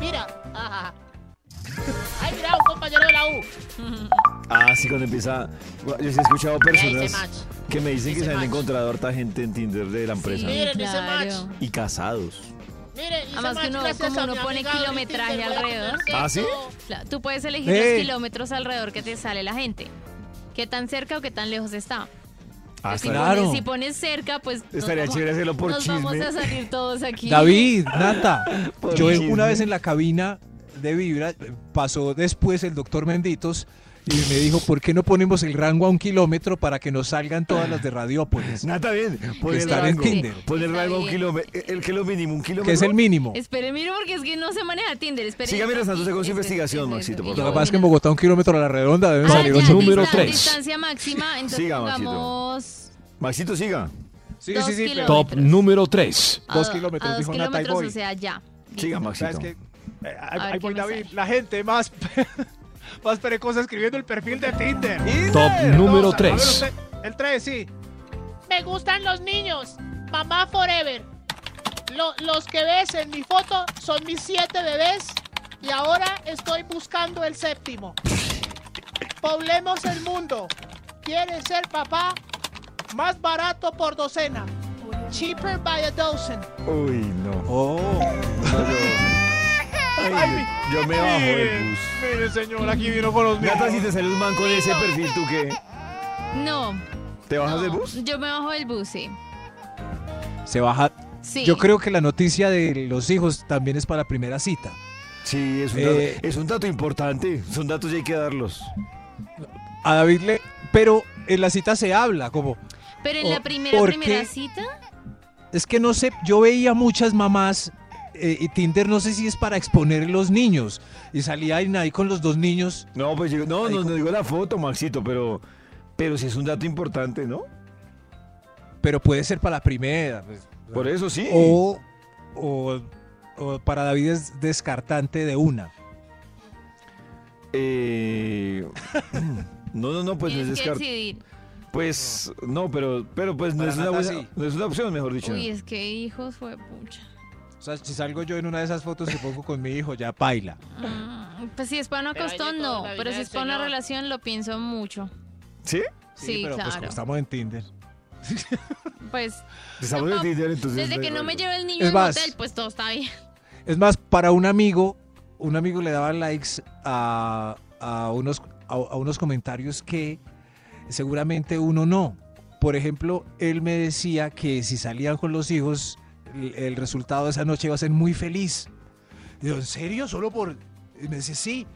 Speaker 9: Mira. Ajá. Ay, mira, un compañero de la U.
Speaker 2: Ah, sí, cuando empieza. Yo sí he escuchado personas
Speaker 9: Ese match.
Speaker 2: que me dicen que
Speaker 9: Ese
Speaker 2: se han
Speaker 9: match.
Speaker 2: encontrado harta gente en Tinder de la empresa.
Speaker 9: miren, ese match.
Speaker 2: Y casados.
Speaker 9: Mire, hice
Speaker 3: Además que
Speaker 9: match
Speaker 3: uno,
Speaker 9: gracias
Speaker 3: como
Speaker 9: a
Speaker 3: uno
Speaker 9: mi
Speaker 3: pone
Speaker 9: amiga Doris
Speaker 3: kilometraje
Speaker 9: Tinder, voy a
Speaker 3: alrededor.
Speaker 9: conocer.
Speaker 2: ¿Ah, sí?
Speaker 3: Claro, Tú puedes elegir
Speaker 2: ¡Eh!
Speaker 3: los kilómetros alrededor que te sale la gente. ¿Qué tan cerca o qué tan lejos está?
Speaker 2: Ah,
Speaker 3: si,
Speaker 5: claro.
Speaker 3: pones, si pones cerca, pues... nos
Speaker 5: Estaría
Speaker 3: vamos-
Speaker 5: chévere hacerlo por
Speaker 3: Nos vamos
Speaker 5: chisme.
Speaker 3: a salir todos aquí.
Speaker 5: David, Nata,
Speaker 2: Por
Speaker 5: yo
Speaker 2: chisme.
Speaker 5: una vez en la cabina de Vibra eh, pasó después el doctor Menditos y me dijo, ¿por qué no ponemos el rango a un kilómetro para que nos salgan todas las de Radiópolis?
Speaker 2: Nata, bien,
Speaker 5: que
Speaker 2: el
Speaker 5: están en
Speaker 2: rango.
Speaker 5: Tinder,
Speaker 2: Poner algo a un
Speaker 3: bien.
Speaker 2: kilómetro. El que es lo mínimo, un kilómetro.
Speaker 5: que es el mínimo.
Speaker 3: Espere, mire, porque es que no se maneja Tinder. Espere.
Speaker 2: Siga mientras tanto, según su investigación, Maxito, por
Speaker 5: Lo que pasa
Speaker 2: favor.
Speaker 5: es que en Bogotá un kilómetro a la redonda deben
Speaker 2: Ah,
Speaker 5: salir
Speaker 2: ya,
Speaker 5: ocho.
Speaker 2: Número
Speaker 3: Distan-
Speaker 2: tres.
Speaker 3: Distancia máxima, entonces
Speaker 2: Siga, Maxito.
Speaker 3: pongamos...
Speaker 2: Maxito, siga.
Speaker 3: Sí, Dos sí, sí, pero-
Speaker 15: Top número 3.
Speaker 3: a do- A dos kilómetros, o sea, ya.
Speaker 2: Siga, Maxito.
Speaker 16: ¿Sabes qué? Eh, ahí
Speaker 3: A ver,
Speaker 16: ahí
Speaker 3: ¿qué
Speaker 16: voy,
Speaker 3: más
Speaker 16: David. La gente más, más perecosa escribiendo el perfil de Tinder.
Speaker 15: Top
Speaker 16: Tinder.
Speaker 15: número
Speaker 16: Vamos a- a ver
Speaker 15: tres.
Speaker 16: usted. El 3, sí.
Speaker 9: Me gustan los niños. Mamá forever. Lo- los que ves en mi foto son mis siete bebés y ahora estoy buscando el séptimo. Poblemos el mundo. ¿Quieres ser papá? Más barato por docena. Cheaper by a dozen.
Speaker 2: Uy, no. Ay, yo me bajo del bus.
Speaker 16: Mire, señor, aquí vino con los míos.
Speaker 2: Nata, si te sale un man con ese perfil, ¿tú qué?
Speaker 3: No,
Speaker 2: ¿Te bajas del bus?
Speaker 3: yo me bajo del bus, sí.
Speaker 5: Se baja.
Speaker 3: Sí.
Speaker 5: Yo creo que la noticia de los hijos también es para primera cita.
Speaker 2: Sí, es un,
Speaker 5: Eh,
Speaker 2: dato, es un dato importante. Son datos y hay que darlos.
Speaker 5: A David le. Pero en la cita se habla, como.
Speaker 3: Pero en
Speaker 5: O-
Speaker 3: la primera,
Speaker 5: ¿por
Speaker 3: primera
Speaker 5: qué?
Speaker 3: cita...
Speaker 5: Es que no sé, yo veía muchas mamás eh, y Tinder no sé si es para exponer los niños. Y salía ahí, ahí con los dos niños.
Speaker 2: No, pues yo- no, no, no digo la foto, Maxito, pero, pero sí es un dato importante, ¿no?
Speaker 5: Pero puede ser para la primera. pues.
Speaker 2: Por eso sí.
Speaker 5: O, o- o para David es descartante de una.
Speaker 2: Eh, no, no, no, pues no
Speaker 3: Tienes
Speaker 2: es
Speaker 3: que
Speaker 2: descart.
Speaker 3: decidir.
Speaker 2: Pues no, pero, pero pues no
Speaker 5: Para
Speaker 2: es, una
Speaker 5: Nata,
Speaker 2: buena-
Speaker 5: sí.
Speaker 2: no es una opción, mejor dicho.
Speaker 3: Uy, es que hijos fue pucha.
Speaker 5: O sea, si salgo yo en una de esas fotos que pongo con mi hijo, ya baila.
Speaker 3: Mm, Pues si es para una
Speaker 9: Pero ahí
Speaker 3: costón,
Speaker 9: de todo
Speaker 3: no.
Speaker 9: la vida
Speaker 3: Pero si
Speaker 9: del
Speaker 3: es para una
Speaker 9: Señor.
Speaker 3: relación, lo pienso mucho.
Speaker 2: ¿Sí?
Speaker 3: Sí,
Speaker 5: pero pues
Speaker 3: claro.
Speaker 5: como estamos en Tinder.
Speaker 3: Pues
Speaker 2: Estamos en Tinder, entonces.
Speaker 3: desde que no me lleve el niño
Speaker 5: Es
Speaker 3: al
Speaker 5: más.
Speaker 3: hotel, pues todo está bien.
Speaker 5: Es más, para un amigo, un amigo le daba likes a, a unos, a, a unos comentarios que seguramente uno no. Por ejemplo, él me decía que si salían con los hijos, el, el resultado de esa noche iba a ser muy feliz. Y yo, ¿en serio? ¿Solo por...? Y me dice, sí.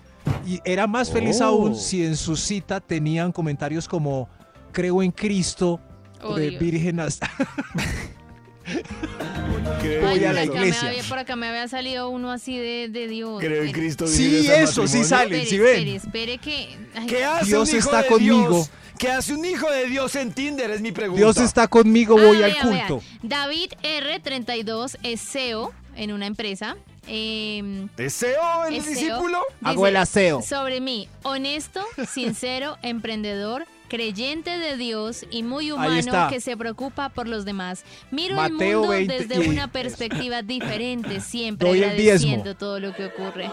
Speaker 5: Y era más feliz
Speaker 2: Oh.
Speaker 5: aún si en su cita tenían comentarios como, creo en Cristo,
Speaker 3: Oh,
Speaker 5: de
Speaker 3: Dios.
Speaker 5: virgen hasta...
Speaker 2: Creo,
Speaker 3: Ay,
Speaker 5: voy a
Speaker 3: por
Speaker 5: la
Speaker 3: acá me
Speaker 5: iglesia.
Speaker 3: había- por acá me había salido uno así de, de Dios.
Speaker 2: creo en
Speaker 3: Espere.
Speaker 2: Cristo.
Speaker 5: Sí,
Speaker 2: vive ese
Speaker 5: eso, sí
Speaker 2: matrimonio.
Speaker 5: sale.
Speaker 3: Espere,
Speaker 5: si ven.
Speaker 3: espere, espere que... ay,
Speaker 2: ¿Qué hace
Speaker 5: Dios
Speaker 2: un hijo
Speaker 5: está
Speaker 2: de
Speaker 5: conmigo.
Speaker 2: Dios? ¿Qué hace un hijo de Dios en Tinder? Es mi pregunta.
Speaker 5: Dios está conmigo,
Speaker 3: Ah,
Speaker 5: voy al
Speaker 3: vea, vea.
Speaker 5: culto.
Speaker 3: David R32 es CEO en una empresa. Eh,
Speaker 2: ¿Deseo el
Speaker 3: es CEO.
Speaker 2: discípulo?
Speaker 3: Dice,
Speaker 14: Hago el aseo.
Speaker 3: Sobre mí, honesto, sincero, emprendedor, creyente de Dios y muy humano
Speaker 5: está.
Speaker 3: que se preocupa por los demás. Miro
Speaker 5: Mateo
Speaker 3: el mundo
Speaker 5: 20
Speaker 3: desde
Speaker 5: y-
Speaker 3: una perspectiva diferente, siempre
Speaker 5: Doy el diezmo.
Speaker 3: agradeciendo todo lo que ocurre.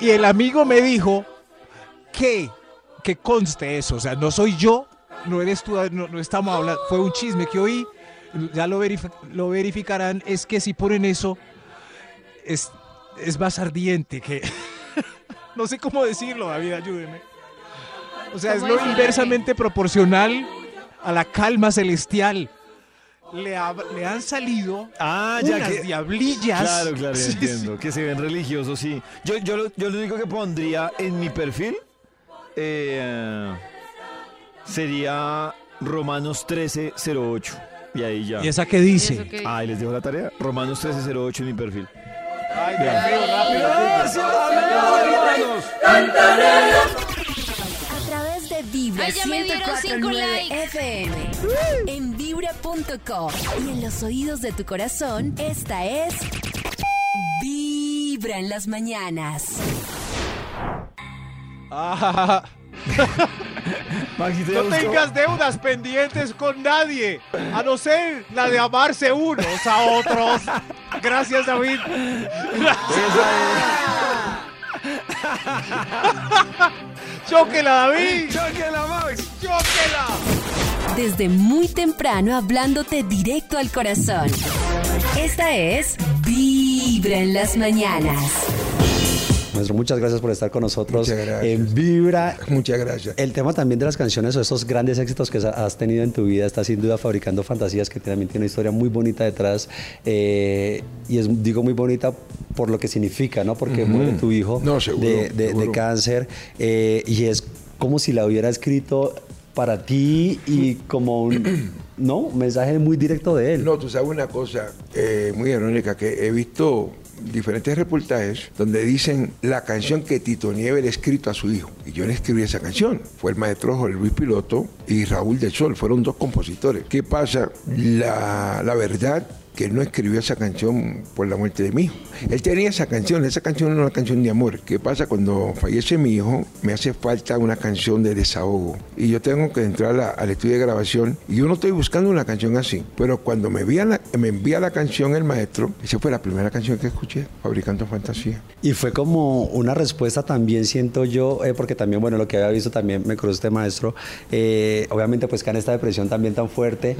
Speaker 5: Y el amigo me dijo que, que conste eso, o sea, no soy yo, no eres tú, no, no estamos hablando, fue un chisme que oí, ya lo, verif- lo verificarán, es que si ponen eso, es, es más ardiente que... no sé cómo decirlo, David, ayúdeme. O sea, es
Speaker 3: ¿Cómo
Speaker 5: lo
Speaker 3: decirlo?
Speaker 5: inversamente proporcional a la calma celestial. Le, ha- le han salido
Speaker 2: Ah, ya
Speaker 5: unas
Speaker 2: que-
Speaker 5: diablillas.
Speaker 2: Claro, claro, ya
Speaker 5: Sí, sí.
Speaker 2: entiendo. Que se ven religiosos, sí. Yo, yo, lo, yo lo único que pondría en mi perfil eh, sería Romanos 1308. Y ahí ya.
Speaker 5: ¿Y esa qué dice?
Speaker 3: ¿Y eso qué
Speaker 2: Ah, y les dejo la tarea. Romanos 1308 en mi perfil.
Speaker 16: Ay,
Speaker 2: Vean.
Speaker 16: rápido, rápido.
Speaker 2: Gracias, amén, hermanos.
Speaker 1: A través de Vibra
Speaker 3: Ay, ya me dieron cinco
Speaker 1: 104.9
Speaker 3: likes.
Speaker 1: FM. En vibra.com. Y en los oídos de tu corazón, esta es Vibra en las mañanas.
Speaker 5: Ah,
Speaker 7: No tengas deudas pendientes con nadie, a no ser la de amarse unos a otros. Gracias, David. ¡Chóquela, David!
Speaker 4: ¡Chóquela, Max!
Speaker 7: ¡Chóquela!
Speaker 1: Desde muy temprano hablándote directo al corazón. Esta es Vibra en las mañanas.
Speaker 17: Maestro, muchas gracias por estar con nosotros en Vibra.
Speaker 18: Muchas gracias.
Speaker 17: El tema también de las canciones o esos grandes éxitos que has tenido en tu vida está sin duda fabricando fantasías que también tiene una historia muy bonita detrás. eh, y es, digo muy bonita por lo que significa, ¿no? Porque
Speaker 18: Ujú.
Speaker 17: muere tu hijo
Speaker 18: No, seguro,
Speaker 17: de, de- de
Speaker 18: seguro.
Speaker 17: cáncer eh, y es como si la hubiera escrito para ti y como un ¿no? un mensaje muy directo de él.
Speaker 18: No, tú sabes una cosa eh, muy irónica, que he visto diferentes reportajes donde dicen la canción que Tito Nieves le ha escrito a su hijo. Y yo le escribí esa canción. Fue el maestro Jorge Luis Piloto y Raúl del Sol. Fueron dos compositores. ¿Qué pasa? La, la verdad que él no escribió esa canción por la muerte de mi hijo. Él tenía esa canción, esa canción era una canción de amor. ¿Qué pasa cuando fallece mi hijo? Me hace falta una canción de desahogo. Y yo tengo que entrar a la- al estudio de grabación y yo no estoy buscando una canción así. Pero cuando me envía la, me envía la canción el maestro, esa fue la primera canción que escuché, Fabricando Fantasía.
Speaker 17: Y fue como una respuesta también, siento yo, eh, porque también, bueno, lo que había visto también me cruzó este maestro, eh, obviamente pues que en esta depresión también tan fuerte,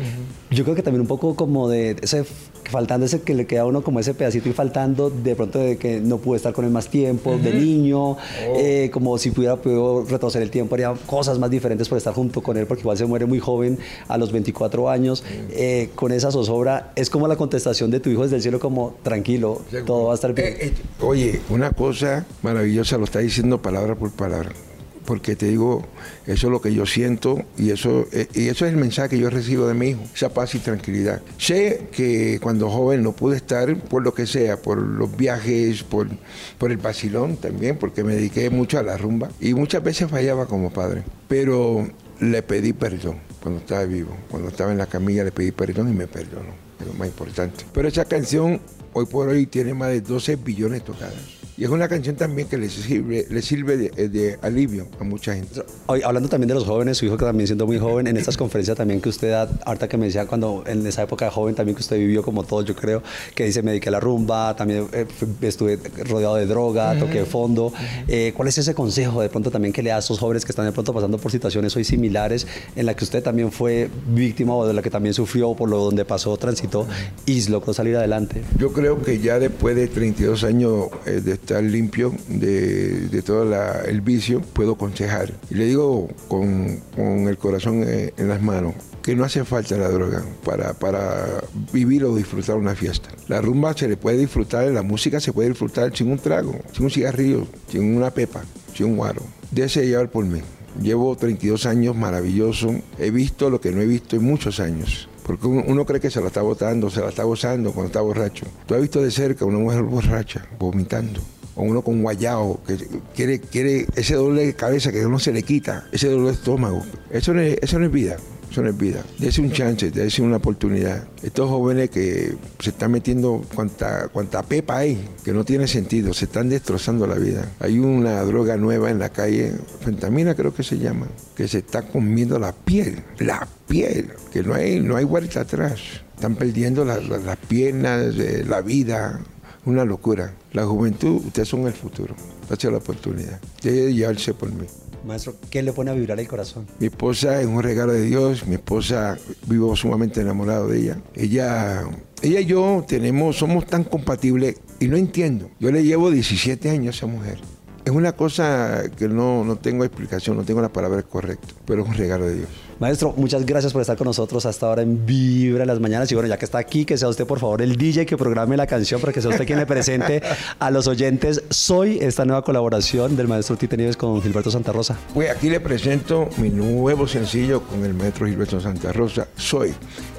Speaker 17: yo creo que también un poco como de ese, faltando ese que le queda a uno como ese pedacito y faltando de pronto de que no pude estar con él más tiempo, de
Speaker 19: Ujú.
Speaker 17: niño, eh, como si pudiera podido retroceder el tiempo, haría cosas más diferentes por estar junto con él, porque igual se muere muy joven, a los 24 años, eh, con esa zozobra, es como la contestación de tu hijo desde el cielo, como tranquilo, todo va a estar bien.
Speaker 18: Eh, Oye, una cosa maravillosa, lo está diciendo palabra por palabra. Porque te digo, eso es lo que yo siento y eso, eh, y eso es el mensaje que yo recibo de mi hijo, esa paz y tranquilidad. Sé que cuando joven no pude estar por lo que sea, por los viajes, por, por el vacilón también, porque me dediqué mucho a la rumba y muchas veces fallaba como padre. Pero le pedí perdón cuando estaba vivo, cuando estaba en la camilla le pedí perdón y me perdonó, es lo más importante. Pero esa canción hoy por hoy tiene más de 12 billones tocadas. Y es una canción también que le sirve, le sirve de, eh, de alivio a mucha gente.
Speaker 17: Hoy, hablando también de los jóvenes, su hijo que también siendo muy joven, en estas conferencias también que usted da, harta que me decía cuando en esa época joven también que usted vivió como todo, yo creo, que dice me dediqué a la rumba, también eh, f- estuve rodeado de droga,
Speaker 19: Ujú.
Speaker 17: toqué fondo. Eh, ¿Cuál es ese consejo de pronto también que le da a esos jóvenes que están de pronto pasando por situaciones hoy similares en la que usted también fue víctima o de la que también sufrió por lo donde pasó, transitó y logró salir adelante?
Speaker 18: Yo creo que ya después de 32 años eh, de estar limpio de, de todo la- el vicio, puedo aconsejar. Y le digo con, con el corazón eh, en las manos que no hace falta la droga para, para vivir o disfrutar una fiesta. La rumba se le puede disfrutar, la música se puede disfrutar sin un trago, sin un cigarrillo, sin una pepa, sin un guaro. Déjese llevar por mí. Llevo 32 años maravilloso. He visto lo que no he visto en muchos años. Porque uno, uno cree que se la está botando, se la está gozando cuando está borracho. Tú has visto de cerca una mujer borracha vomitando. O uno con guayao, que quiere, quiere ese dolor de cabeza que no se le quita, ese dolor de estómago. Eso no es, eso no es vida. Eso no es vida. Dese un chance, dese una oportunidad. Estos jóvenes que se están metiendo cuanta, cuanta pepa hay, que no tiene sentido, se están destrozando la vida. Hay una droga nueva en la calle, fentamina creo que se llama, que se está comiendo la piel, la piel, que no hay, no hay vuelta atrás. Están perdiendo la- la- las piernas, eh, la vida, una locura. La juventud, ustedes son el futuro. Dase la oportunidad. Debe llevarse por mí.
Speaker 17: Maestro, ¿qué le pone a vibrar el corazón?
Speaker 18: Mi esposa es un regalo de Dios, mi esposa vivo sumamente enamorado de ella. Ella, ella y yo tenemos, somos tan compatibles y no entiendo. Yo le llevo 17 años a esa mujer. Es una cosa que no, no tengo explicación, no tengo la palabra correcta, pero es un regalo de Dios.
Speaker 17: Maestro, muchas gracias por estar con nosotros hasta ahora en Vibra en las Mañanas. Y bueno, ya que está aquí, que sea usted por favor el DJ que programe la canción para que sea usted quien le presente a los oyentes Soy, esta nueva colaboración del maestro Tite Nieves con Gilberto Santa Rosa.
Speaker 18: Pues aquí le presento mi nuevo sencillo con el maestro Gilberto Santa Rosa, Soy.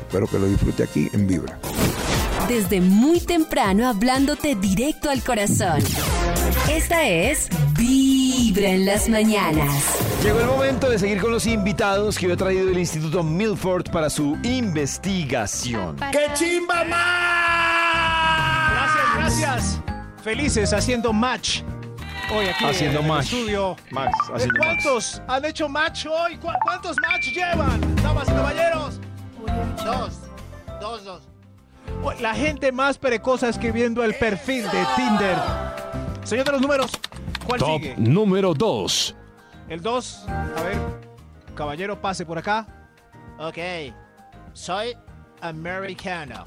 Speaker 18: Espero que lo disfrute aquí en Vibra.
Speaker 1: Desde muy temprano hablándote directo al corazón. Esta es Vibra en las mañanas.
Speaker 2: Llegó el momento de seguir con los invitados que yo he traído del Instituto Milford para su investigación.
Speaker 7: ¡Qué chimba más! Gracias, gracias. Felices haciendo match.
Speaker 5: Hoy aquí
Speaker 2: Haciendo
Speaker 5: en el
Speaker 2: match.
Speaker 5: estudio.
Speaker 2: Max,
Speaker 5: ¿De
Speaker 2: haciendo Max.
Speaker 5: cuántos han hecho match hoy? ¿Cu- ¿Cuántos match llevan, damas y caballeros?
Speaker 9: Dos. Dos, dos.
Speaker 5: Hoy La gente más perecosa escribiendo el perfil de Tinder. Señor de los números, ¿cuál
Speaker 10: Top
Speaker 5: sigue?
Speaker 10: número 2.
Speaker 5: El 2. A ver, caballero, pase por acá.
Speaker 9: Ok. Soy americano.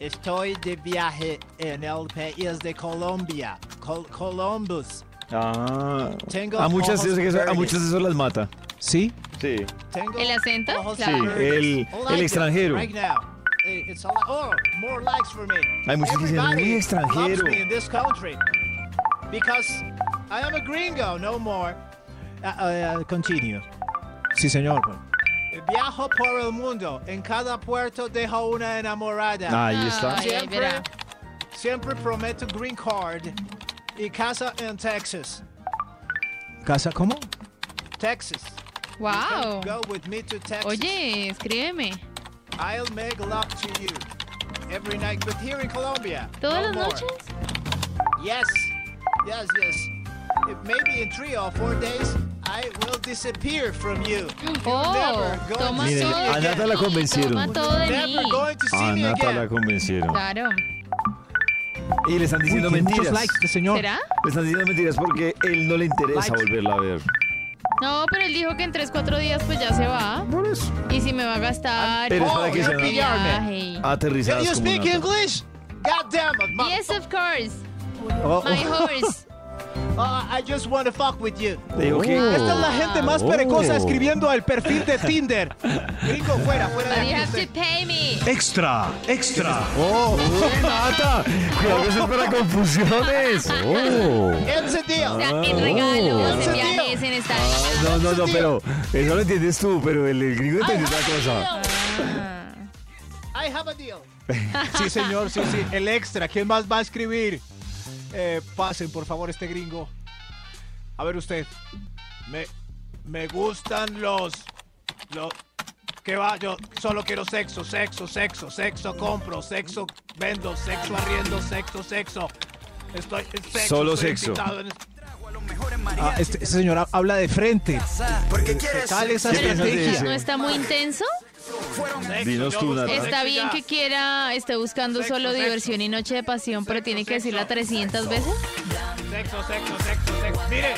Speaker 9: Estoy de viaje en el país de Colombia. Col- Columbus.
Speaker 2: Ah,
Speaker 9: Tengo
Speaker 2: a muchas,
Speaker 9: ojos
Speaker 2: yo sé que eso- a
Speaker 9: verdes.
Speaker 2: muchas eso las mata.
Speaker 5: ¿Sí?
Speaker 2: Sí.
Speaker 9: Tengo
Speaker 3: ¿El acento?
Speaker 9: ojos
Speaker 2: Sí,
Speaker 9: verdes.
Speaker 2: el- el
Speaker 9: it
Speaker 2: extranjero.
Speaker 9: Right now. Eh, It's all- oh, more likes for me.
Speaker 2: Hay muchos que dicen,
Speaker 9: Everybody
Speaker 2: "Muy extranjero."
Speaker 9: loves me in this country. Because I am a gringo, no more. Uh,
Speaker 5: Ah, ah, continue. Sí, señor.
Speaker 9: Viajo por el mundo. En cada puerto dejo una enamorada.
Speaker 5: Ah, Ahí
Speaker 3: Ah,
Speaker 5: está. Ay,
Speaker 9: Siempre,
Speaker 5: verá.
Speaker 9: siempre prometo green card y casa en Texas.
Speaker 5: ¿Casa cómo?
Speaker 9: Texas.
Speaker 3: Wow.
Speaker 9: You can Go with me to Texas.
Speaker 3: Oye, Eh, escríbeme.
Speaker 9: I'll make love to you every night, but here in Colombia.
Speaker 3: ¿Todas
Speaker 9: no
Speaker 3: las
Speaker 9: more.
Speaker 3: noches?
Speaker 9: Yes, yes, yes. If maybe in three or four days, I will disappear from you. You're
Speaker 3: Oh,
Speaker 9: never going
Speaker 3: toma
Speaker 9: to see
Speaker 2: Miren,
Speaker 9: me
Speaker 2: a
Speaker 9: again.
Speaker 2: Nata la convencieron.
Speaker 3: Toma todo de mí.
Speaker 2: A Nata la convencieron.
Speaker 3: Claro.
Speaker 2: Y le están diciendo
Speaker 5: Uy, tiene muchos
Speaker 2: mentiras.
Speaker 5: likes este señor.
Speaker 3: ¿Será?
Speaker 2: Le están diciendo mentiras porque él no le interesa
Speaker 3: Likes.
Speaker 2: volverla a ver.
Speaker 3: No, pero él dijo que en 3, 4 días pues ya se va. Y si me va a gastar.
Speaker 2: Pero es para que
Speaker 3: el
Speaker 2: sean
Speaker 3: viaje.
Speaker 2: aterrizadas
Speaker 9: You
Speaker 2: como
Speaker 9: speak
Speaker 2: Nata.
Speaker 9: English? God damn it, ma-
Speaker 3: Yes, of course.
Speaker 2: Oh.
Speaker 3: My horse.
Speaker 9: Uh, I just want to fuck with you.
Speaker 2: Digo
Speaker 20: Ah,
Speaker 2: que-
Speaker 5: Esta es la gente más
Speaker 2: Oh.
Speaker 5: perecosa escribiendo al perfil de Tinder.
Speaker 9: Gringo, fuera, fuera de
Speaker 3: But you
Speaker 9: aquí.
Speaker 3: have to pay me.
Speaker 10: Extra, extra.
Speaker 2: ¡Oh! oh, ¡Nata! ¡Cuidado que eso es para confusiones! ¡Oh!
Speaker 9: It's a deal.
Speaker 3: O sea, en regalos, en
Speaker 9: Sentido.
Speaker 3: viajes, en estar.
Speaker 2: Ah. No, no, no, pero eso lo entiendes tú, pero el, el gringo entendió otra cosa.
Speaker 3: Ah.
Speaker 9: I have a deal.
Speaker 5: Sí, señor, sí, sí. El extra. ¿Quién más va a escribir? Eh, pasen, por favor, este gringo. A ver usted.
Speaker 20: Me, me gustan los. Los. Que va, yo solo quiero sexo, sexo, sexo, sexo, compro, sexo, vendo, sexo, arriendo, sexo, sexo. Estoy. Sexo,
Speaker 2: Solo
Speaker 20: estoy
Speaker 2: sexo.
Speaker 20: excitado en-
Speaker 5: Ah, este, este señor ha- habla de frente. ¿Qué tal esa
Speaker 2: ¿Qué piensas de
Speaker 5: estrategia?
Speaker 2: ese?
Speaker 3: ¿No está muy intenso?
Speaker 2: Dinos tú, Nata.
Speaker 3: Está bien que quiera, esté buscando solo diversión y noche de pasión, pero tiene que decirla 300 veces.
Speaker 20: Sexo, sexo, sexo, sexo. Mire,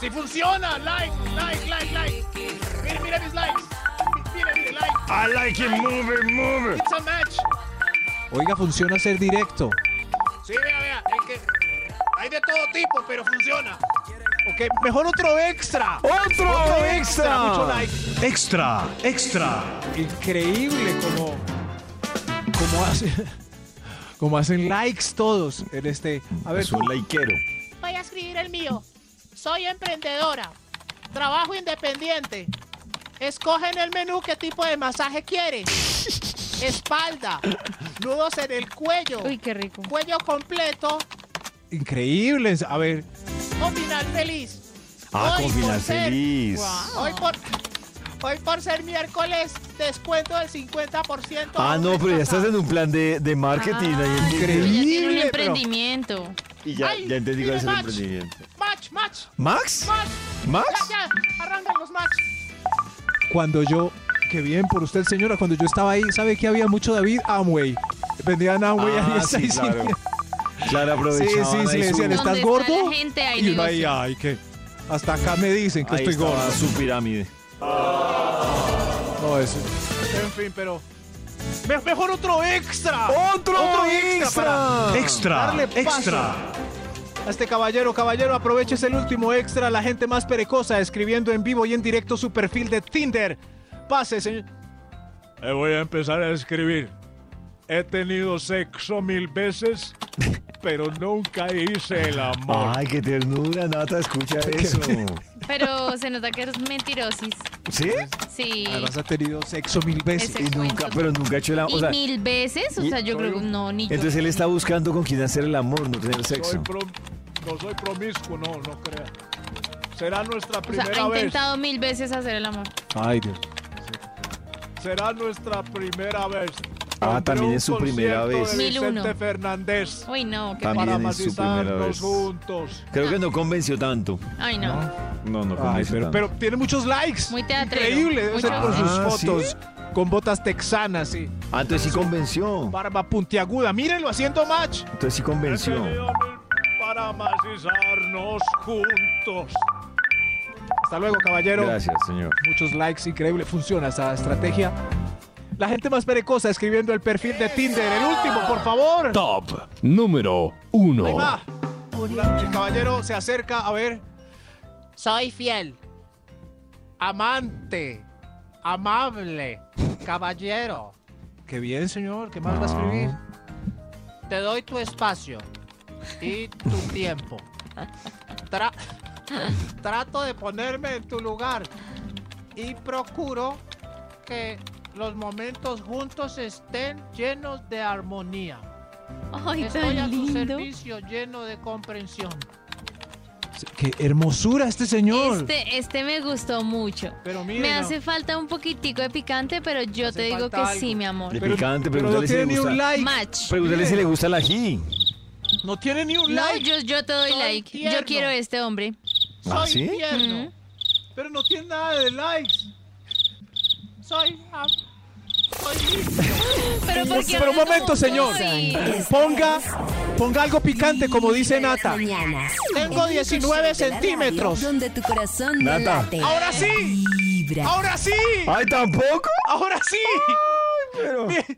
Speaker 20: si funciona, like, like, like, like. Mire, mire mis likes. Mire, mire, like.
Speaker 2: I like it, move it, move it.
Speaker 20: It's a match.
Speaker 5: Oiga, funciona ser directo.
Speaker 20: Sí, vea, vea. Es que hay de todo tipo, pero funciona.
Speaker 5: Ok, mejor otro extra.
Speaker 2: ¡Otro, extra!
Speaker 5: Mucho like.
Speaker 10: Extra, extra.
Speaker 5: Increíble como, como, hace- como hacen likes todos en este. A ver,
Speaker 2: Es un laiquero.
Speaker 21: Voy a escribir el mío. Soy emprendedora. Trabajo independiente. Escoge en el menú qué tipo de masaje quiere. Espalda. Nudos en el cuello.
Speaker 3: Uy, qué rico.
Speaker 21: Cuello completo.
Speaker 5: increíble. A ver,
Speaker 21: O final feliz.
Speaker 2: Ah,
Speaker 21: Hoy
Speaker 2: con
Speaker 21: por
Speaker 2: final
Speaker 21: ser-
Speaker 2: feliz.
Speaker 21: Hoy por, hoy por ser miércoles, descuento del 50%. a
Speaker 2: Ah,
Speaker 21: un
Speaker 2: no, pero ya estás
Speaker 21: restaurante.
Speaker 2: en un plan de, de marketing. ahí entiendo.
Speaker 3: Ya tiene un
Speaker 5: increíble. pero-
Speaker 3: emprendimiento.
Speaker 2: Y ya,
Speaker 21: Ay,
Speaker 2: ya entendí cuál es el
Speaker 21: mire, Max.
Speaker 2: emprendimiento.
Speaker 21: Match, match.
Speaker 2: ¿Max?
Speaker 21: Match.
Speaker 2: ¿Max?
Speaker 21: Ya, ya. Arrancan los match.
Speaker 5: cuando yo, qué bien por usted, señora, cuando yo estaba ahí, ¿sabe que había mucho David Amway? Vendían Amway a
Speaker 2: Ah,
Speaker 5: 10
Speaker 2: sí, claro. Claro,
Speaker 5: Sí,
Speaker 2: aprovechaban
Speaker 5: sí, sí,
Speaker 2: ahí
Speaker 5: le
Speaker 2: su-
Speaker 5: decían,
Speaker 3: Donde
Speaker 5: ¿estás
Speaker 3: está
Speaker 5: gordo?
Speaker 3: la gente, hay
Speaker 5: Y uno ahí,
Speaker 3: negocio.
Speaker 5: ay, que hasta acá me dicen que
Speaker 2: ahí
Speaker 5: estoy
Speaker 2: estaba
Speaker 5: gordo.
Speaker 2: su pirámide.
Speaker 5: No, eso.
Speaker 20: En fin, pero. me- mejor otro extra.
Speaker 2: ¡Otro,
Speaker 20: extra!
Speaker 10: Extra,
Speaker 5: Darle paso.
Speaker 10: extra.
Speaker 5: A este caballero, caballero, aproveches el último extra. La gente más perecosa escribiendo en vivo y en directo su perfil de Tinder. Pase, señor.
Speaker 22: Eh, voy a empezar a escribir. He tenido sexo mil veces, pero nunca hice el amor.
Speaker 2: Ay, qué ternura, Nata, escucha eso.
Speaker 3: Pero se nota que eres mentirosis.
Speaker 2: ¿Sí?
Speaker 3: Sí.
Speaker 5: Además ha tenido sexo mil veces.
Speaker 3: Ese
Speaker 2: Y nunca,
Speaker 3: cuento.
Speaker 2: pero nunca ha hecho el amor.
Speaker 3: Y
Speaker 2: O sea,
Speaker 3: mil veces, o
Speaker 2: y-
Speaker 3: sea, yo creo no, ni yo.
Speaker 2: entonces él está buscando con quién hacer el amor, no tener
Speaker 22: Soy
Speaker 2: sexo.
Speaker 22: prom- no soy promiscuo, no, no crea. Será nuestra
Speaker 3: O sea,
Speaker 22: primera
Speaker 3: ha
Speaker 22: vez.
Speaker 3: intentado mil veces hacer el amor.
Speaker 5: Ay, Dios.
Speaker 22: Será nuestra primera vez.
Speaker 2: Ah, también es su primera vez.
Speaker 23: Vicente Fernández.
Speaker 3: Uy, no, qué
Speaker 2: También
Speaker 3: pena.
Speaker 2: es su primera vez.
Speaker 23: juntos.
Speaker 2: Creo que no convenció tanto.
Speaker 3: Ay, no.
Speaker 2: No, no
Speaker 5: Ay,
Speaker 2: convenció
Speaker 5: pero,
Speaker 2: tanto.
Speaker 5: pero tiene muchos likes.
Speaker 3: Muy teatral.
Speaker 5: Increíble, debe ser por sus
Speaker 2: Ah, ¿sí?
Speaker 5: fotos. Con botas texanas, sí.
Speaker 2: Ah, entonces sí convenció.
Speaker 5: Barba puntiaguda. Mírenlo haciendo match.
Speaker 2: Entonces sí convenció.
Speaker 23: Para macizarnos juntos.
Speaker 5: Hasta luego, caballero.
Speaker 2: Gracias, señor.
Speaker 5: Muchos likes, increíble. Funciona esa estrategia. La gente más perecosa escribiendo el perfil de Tinder. El último, por favor.
Speaker 24: Top número 1.
Speaker 5: Ahí va. El caballero se acerca a ver.
Speaker 9: Soy fiel, amante, amable, caballero.
Speaker 5: Qué bien, señor. ¿Qué más va a escribir?
Speaker 24: Ah.
Speaker 9: Te doy tu espacio y tu tiempo. Tra- trato de ponerme en tu lugar y procuro que los momentos juntos estén llenos de armonía.
Speaker 3: Ay,
Speaker 9: Estoy
Speaker 3: tan
Speaker 9: a tu
Speaker 3: lindo.
Speaker 9: servicio lleno de comprensión.
Speaker 5: Qué hermosura este señor.
Speaker 3: Este, este me gustó mucho. me
Speaker 5: mira.
Speaker 3: hace falta un poquitico de picante, pero yo te digo que
Speaker 5: falta algo.
Speaker 3: sí, mi amor.
Speaker 2: De picante,
Speaker 5: pero no
Speaker 2: pregúntale si le
Speaker 5: tiene ni
Speaker 2: gusta.
Speaker 5: un like.
Speaker 3: Match.
Speaker 2: Pregúntale si le gusta la ají.
Speaker 5: No tiene ni un
Speaker 3: No,
Speaker 5: like.
Speaker 3: yo, yo te doy like. Yo quiero este hombre.
Speaker 2: ¿Ah, sí?
Speaker 3: Mm.
Speaker 5: Pero no tiene nada de likes.
Speaker 9: Soy. am-
Speaker 3: Pero, ¿por qué
Speaker 5: Pero un
Speaker 3: hablas
Speaker 5: momento,
Speaker 3: como
Speaker 5: señor.
Speaker 3: Cory?
Speaker 5: Ponga, ponga algo picante, como dice Nata.
Speaker 1: El único
Speaker 5: Tengo
Speaker 1: show
Speaker 5: 19
Speaker 1: de la radio
Speaker 5: centímetros.
Speaker 1: Donde tu corazón no
Speaker 5: Nata.
Speaker 1: late.
Speaker 5: Ahora sí.
Speaker 1: Vibra.
Speaker 5: ¡Ahora sí!
Speaker 2: ¡Ay, tampoco!
Speaker 5: ¡Ahora sí!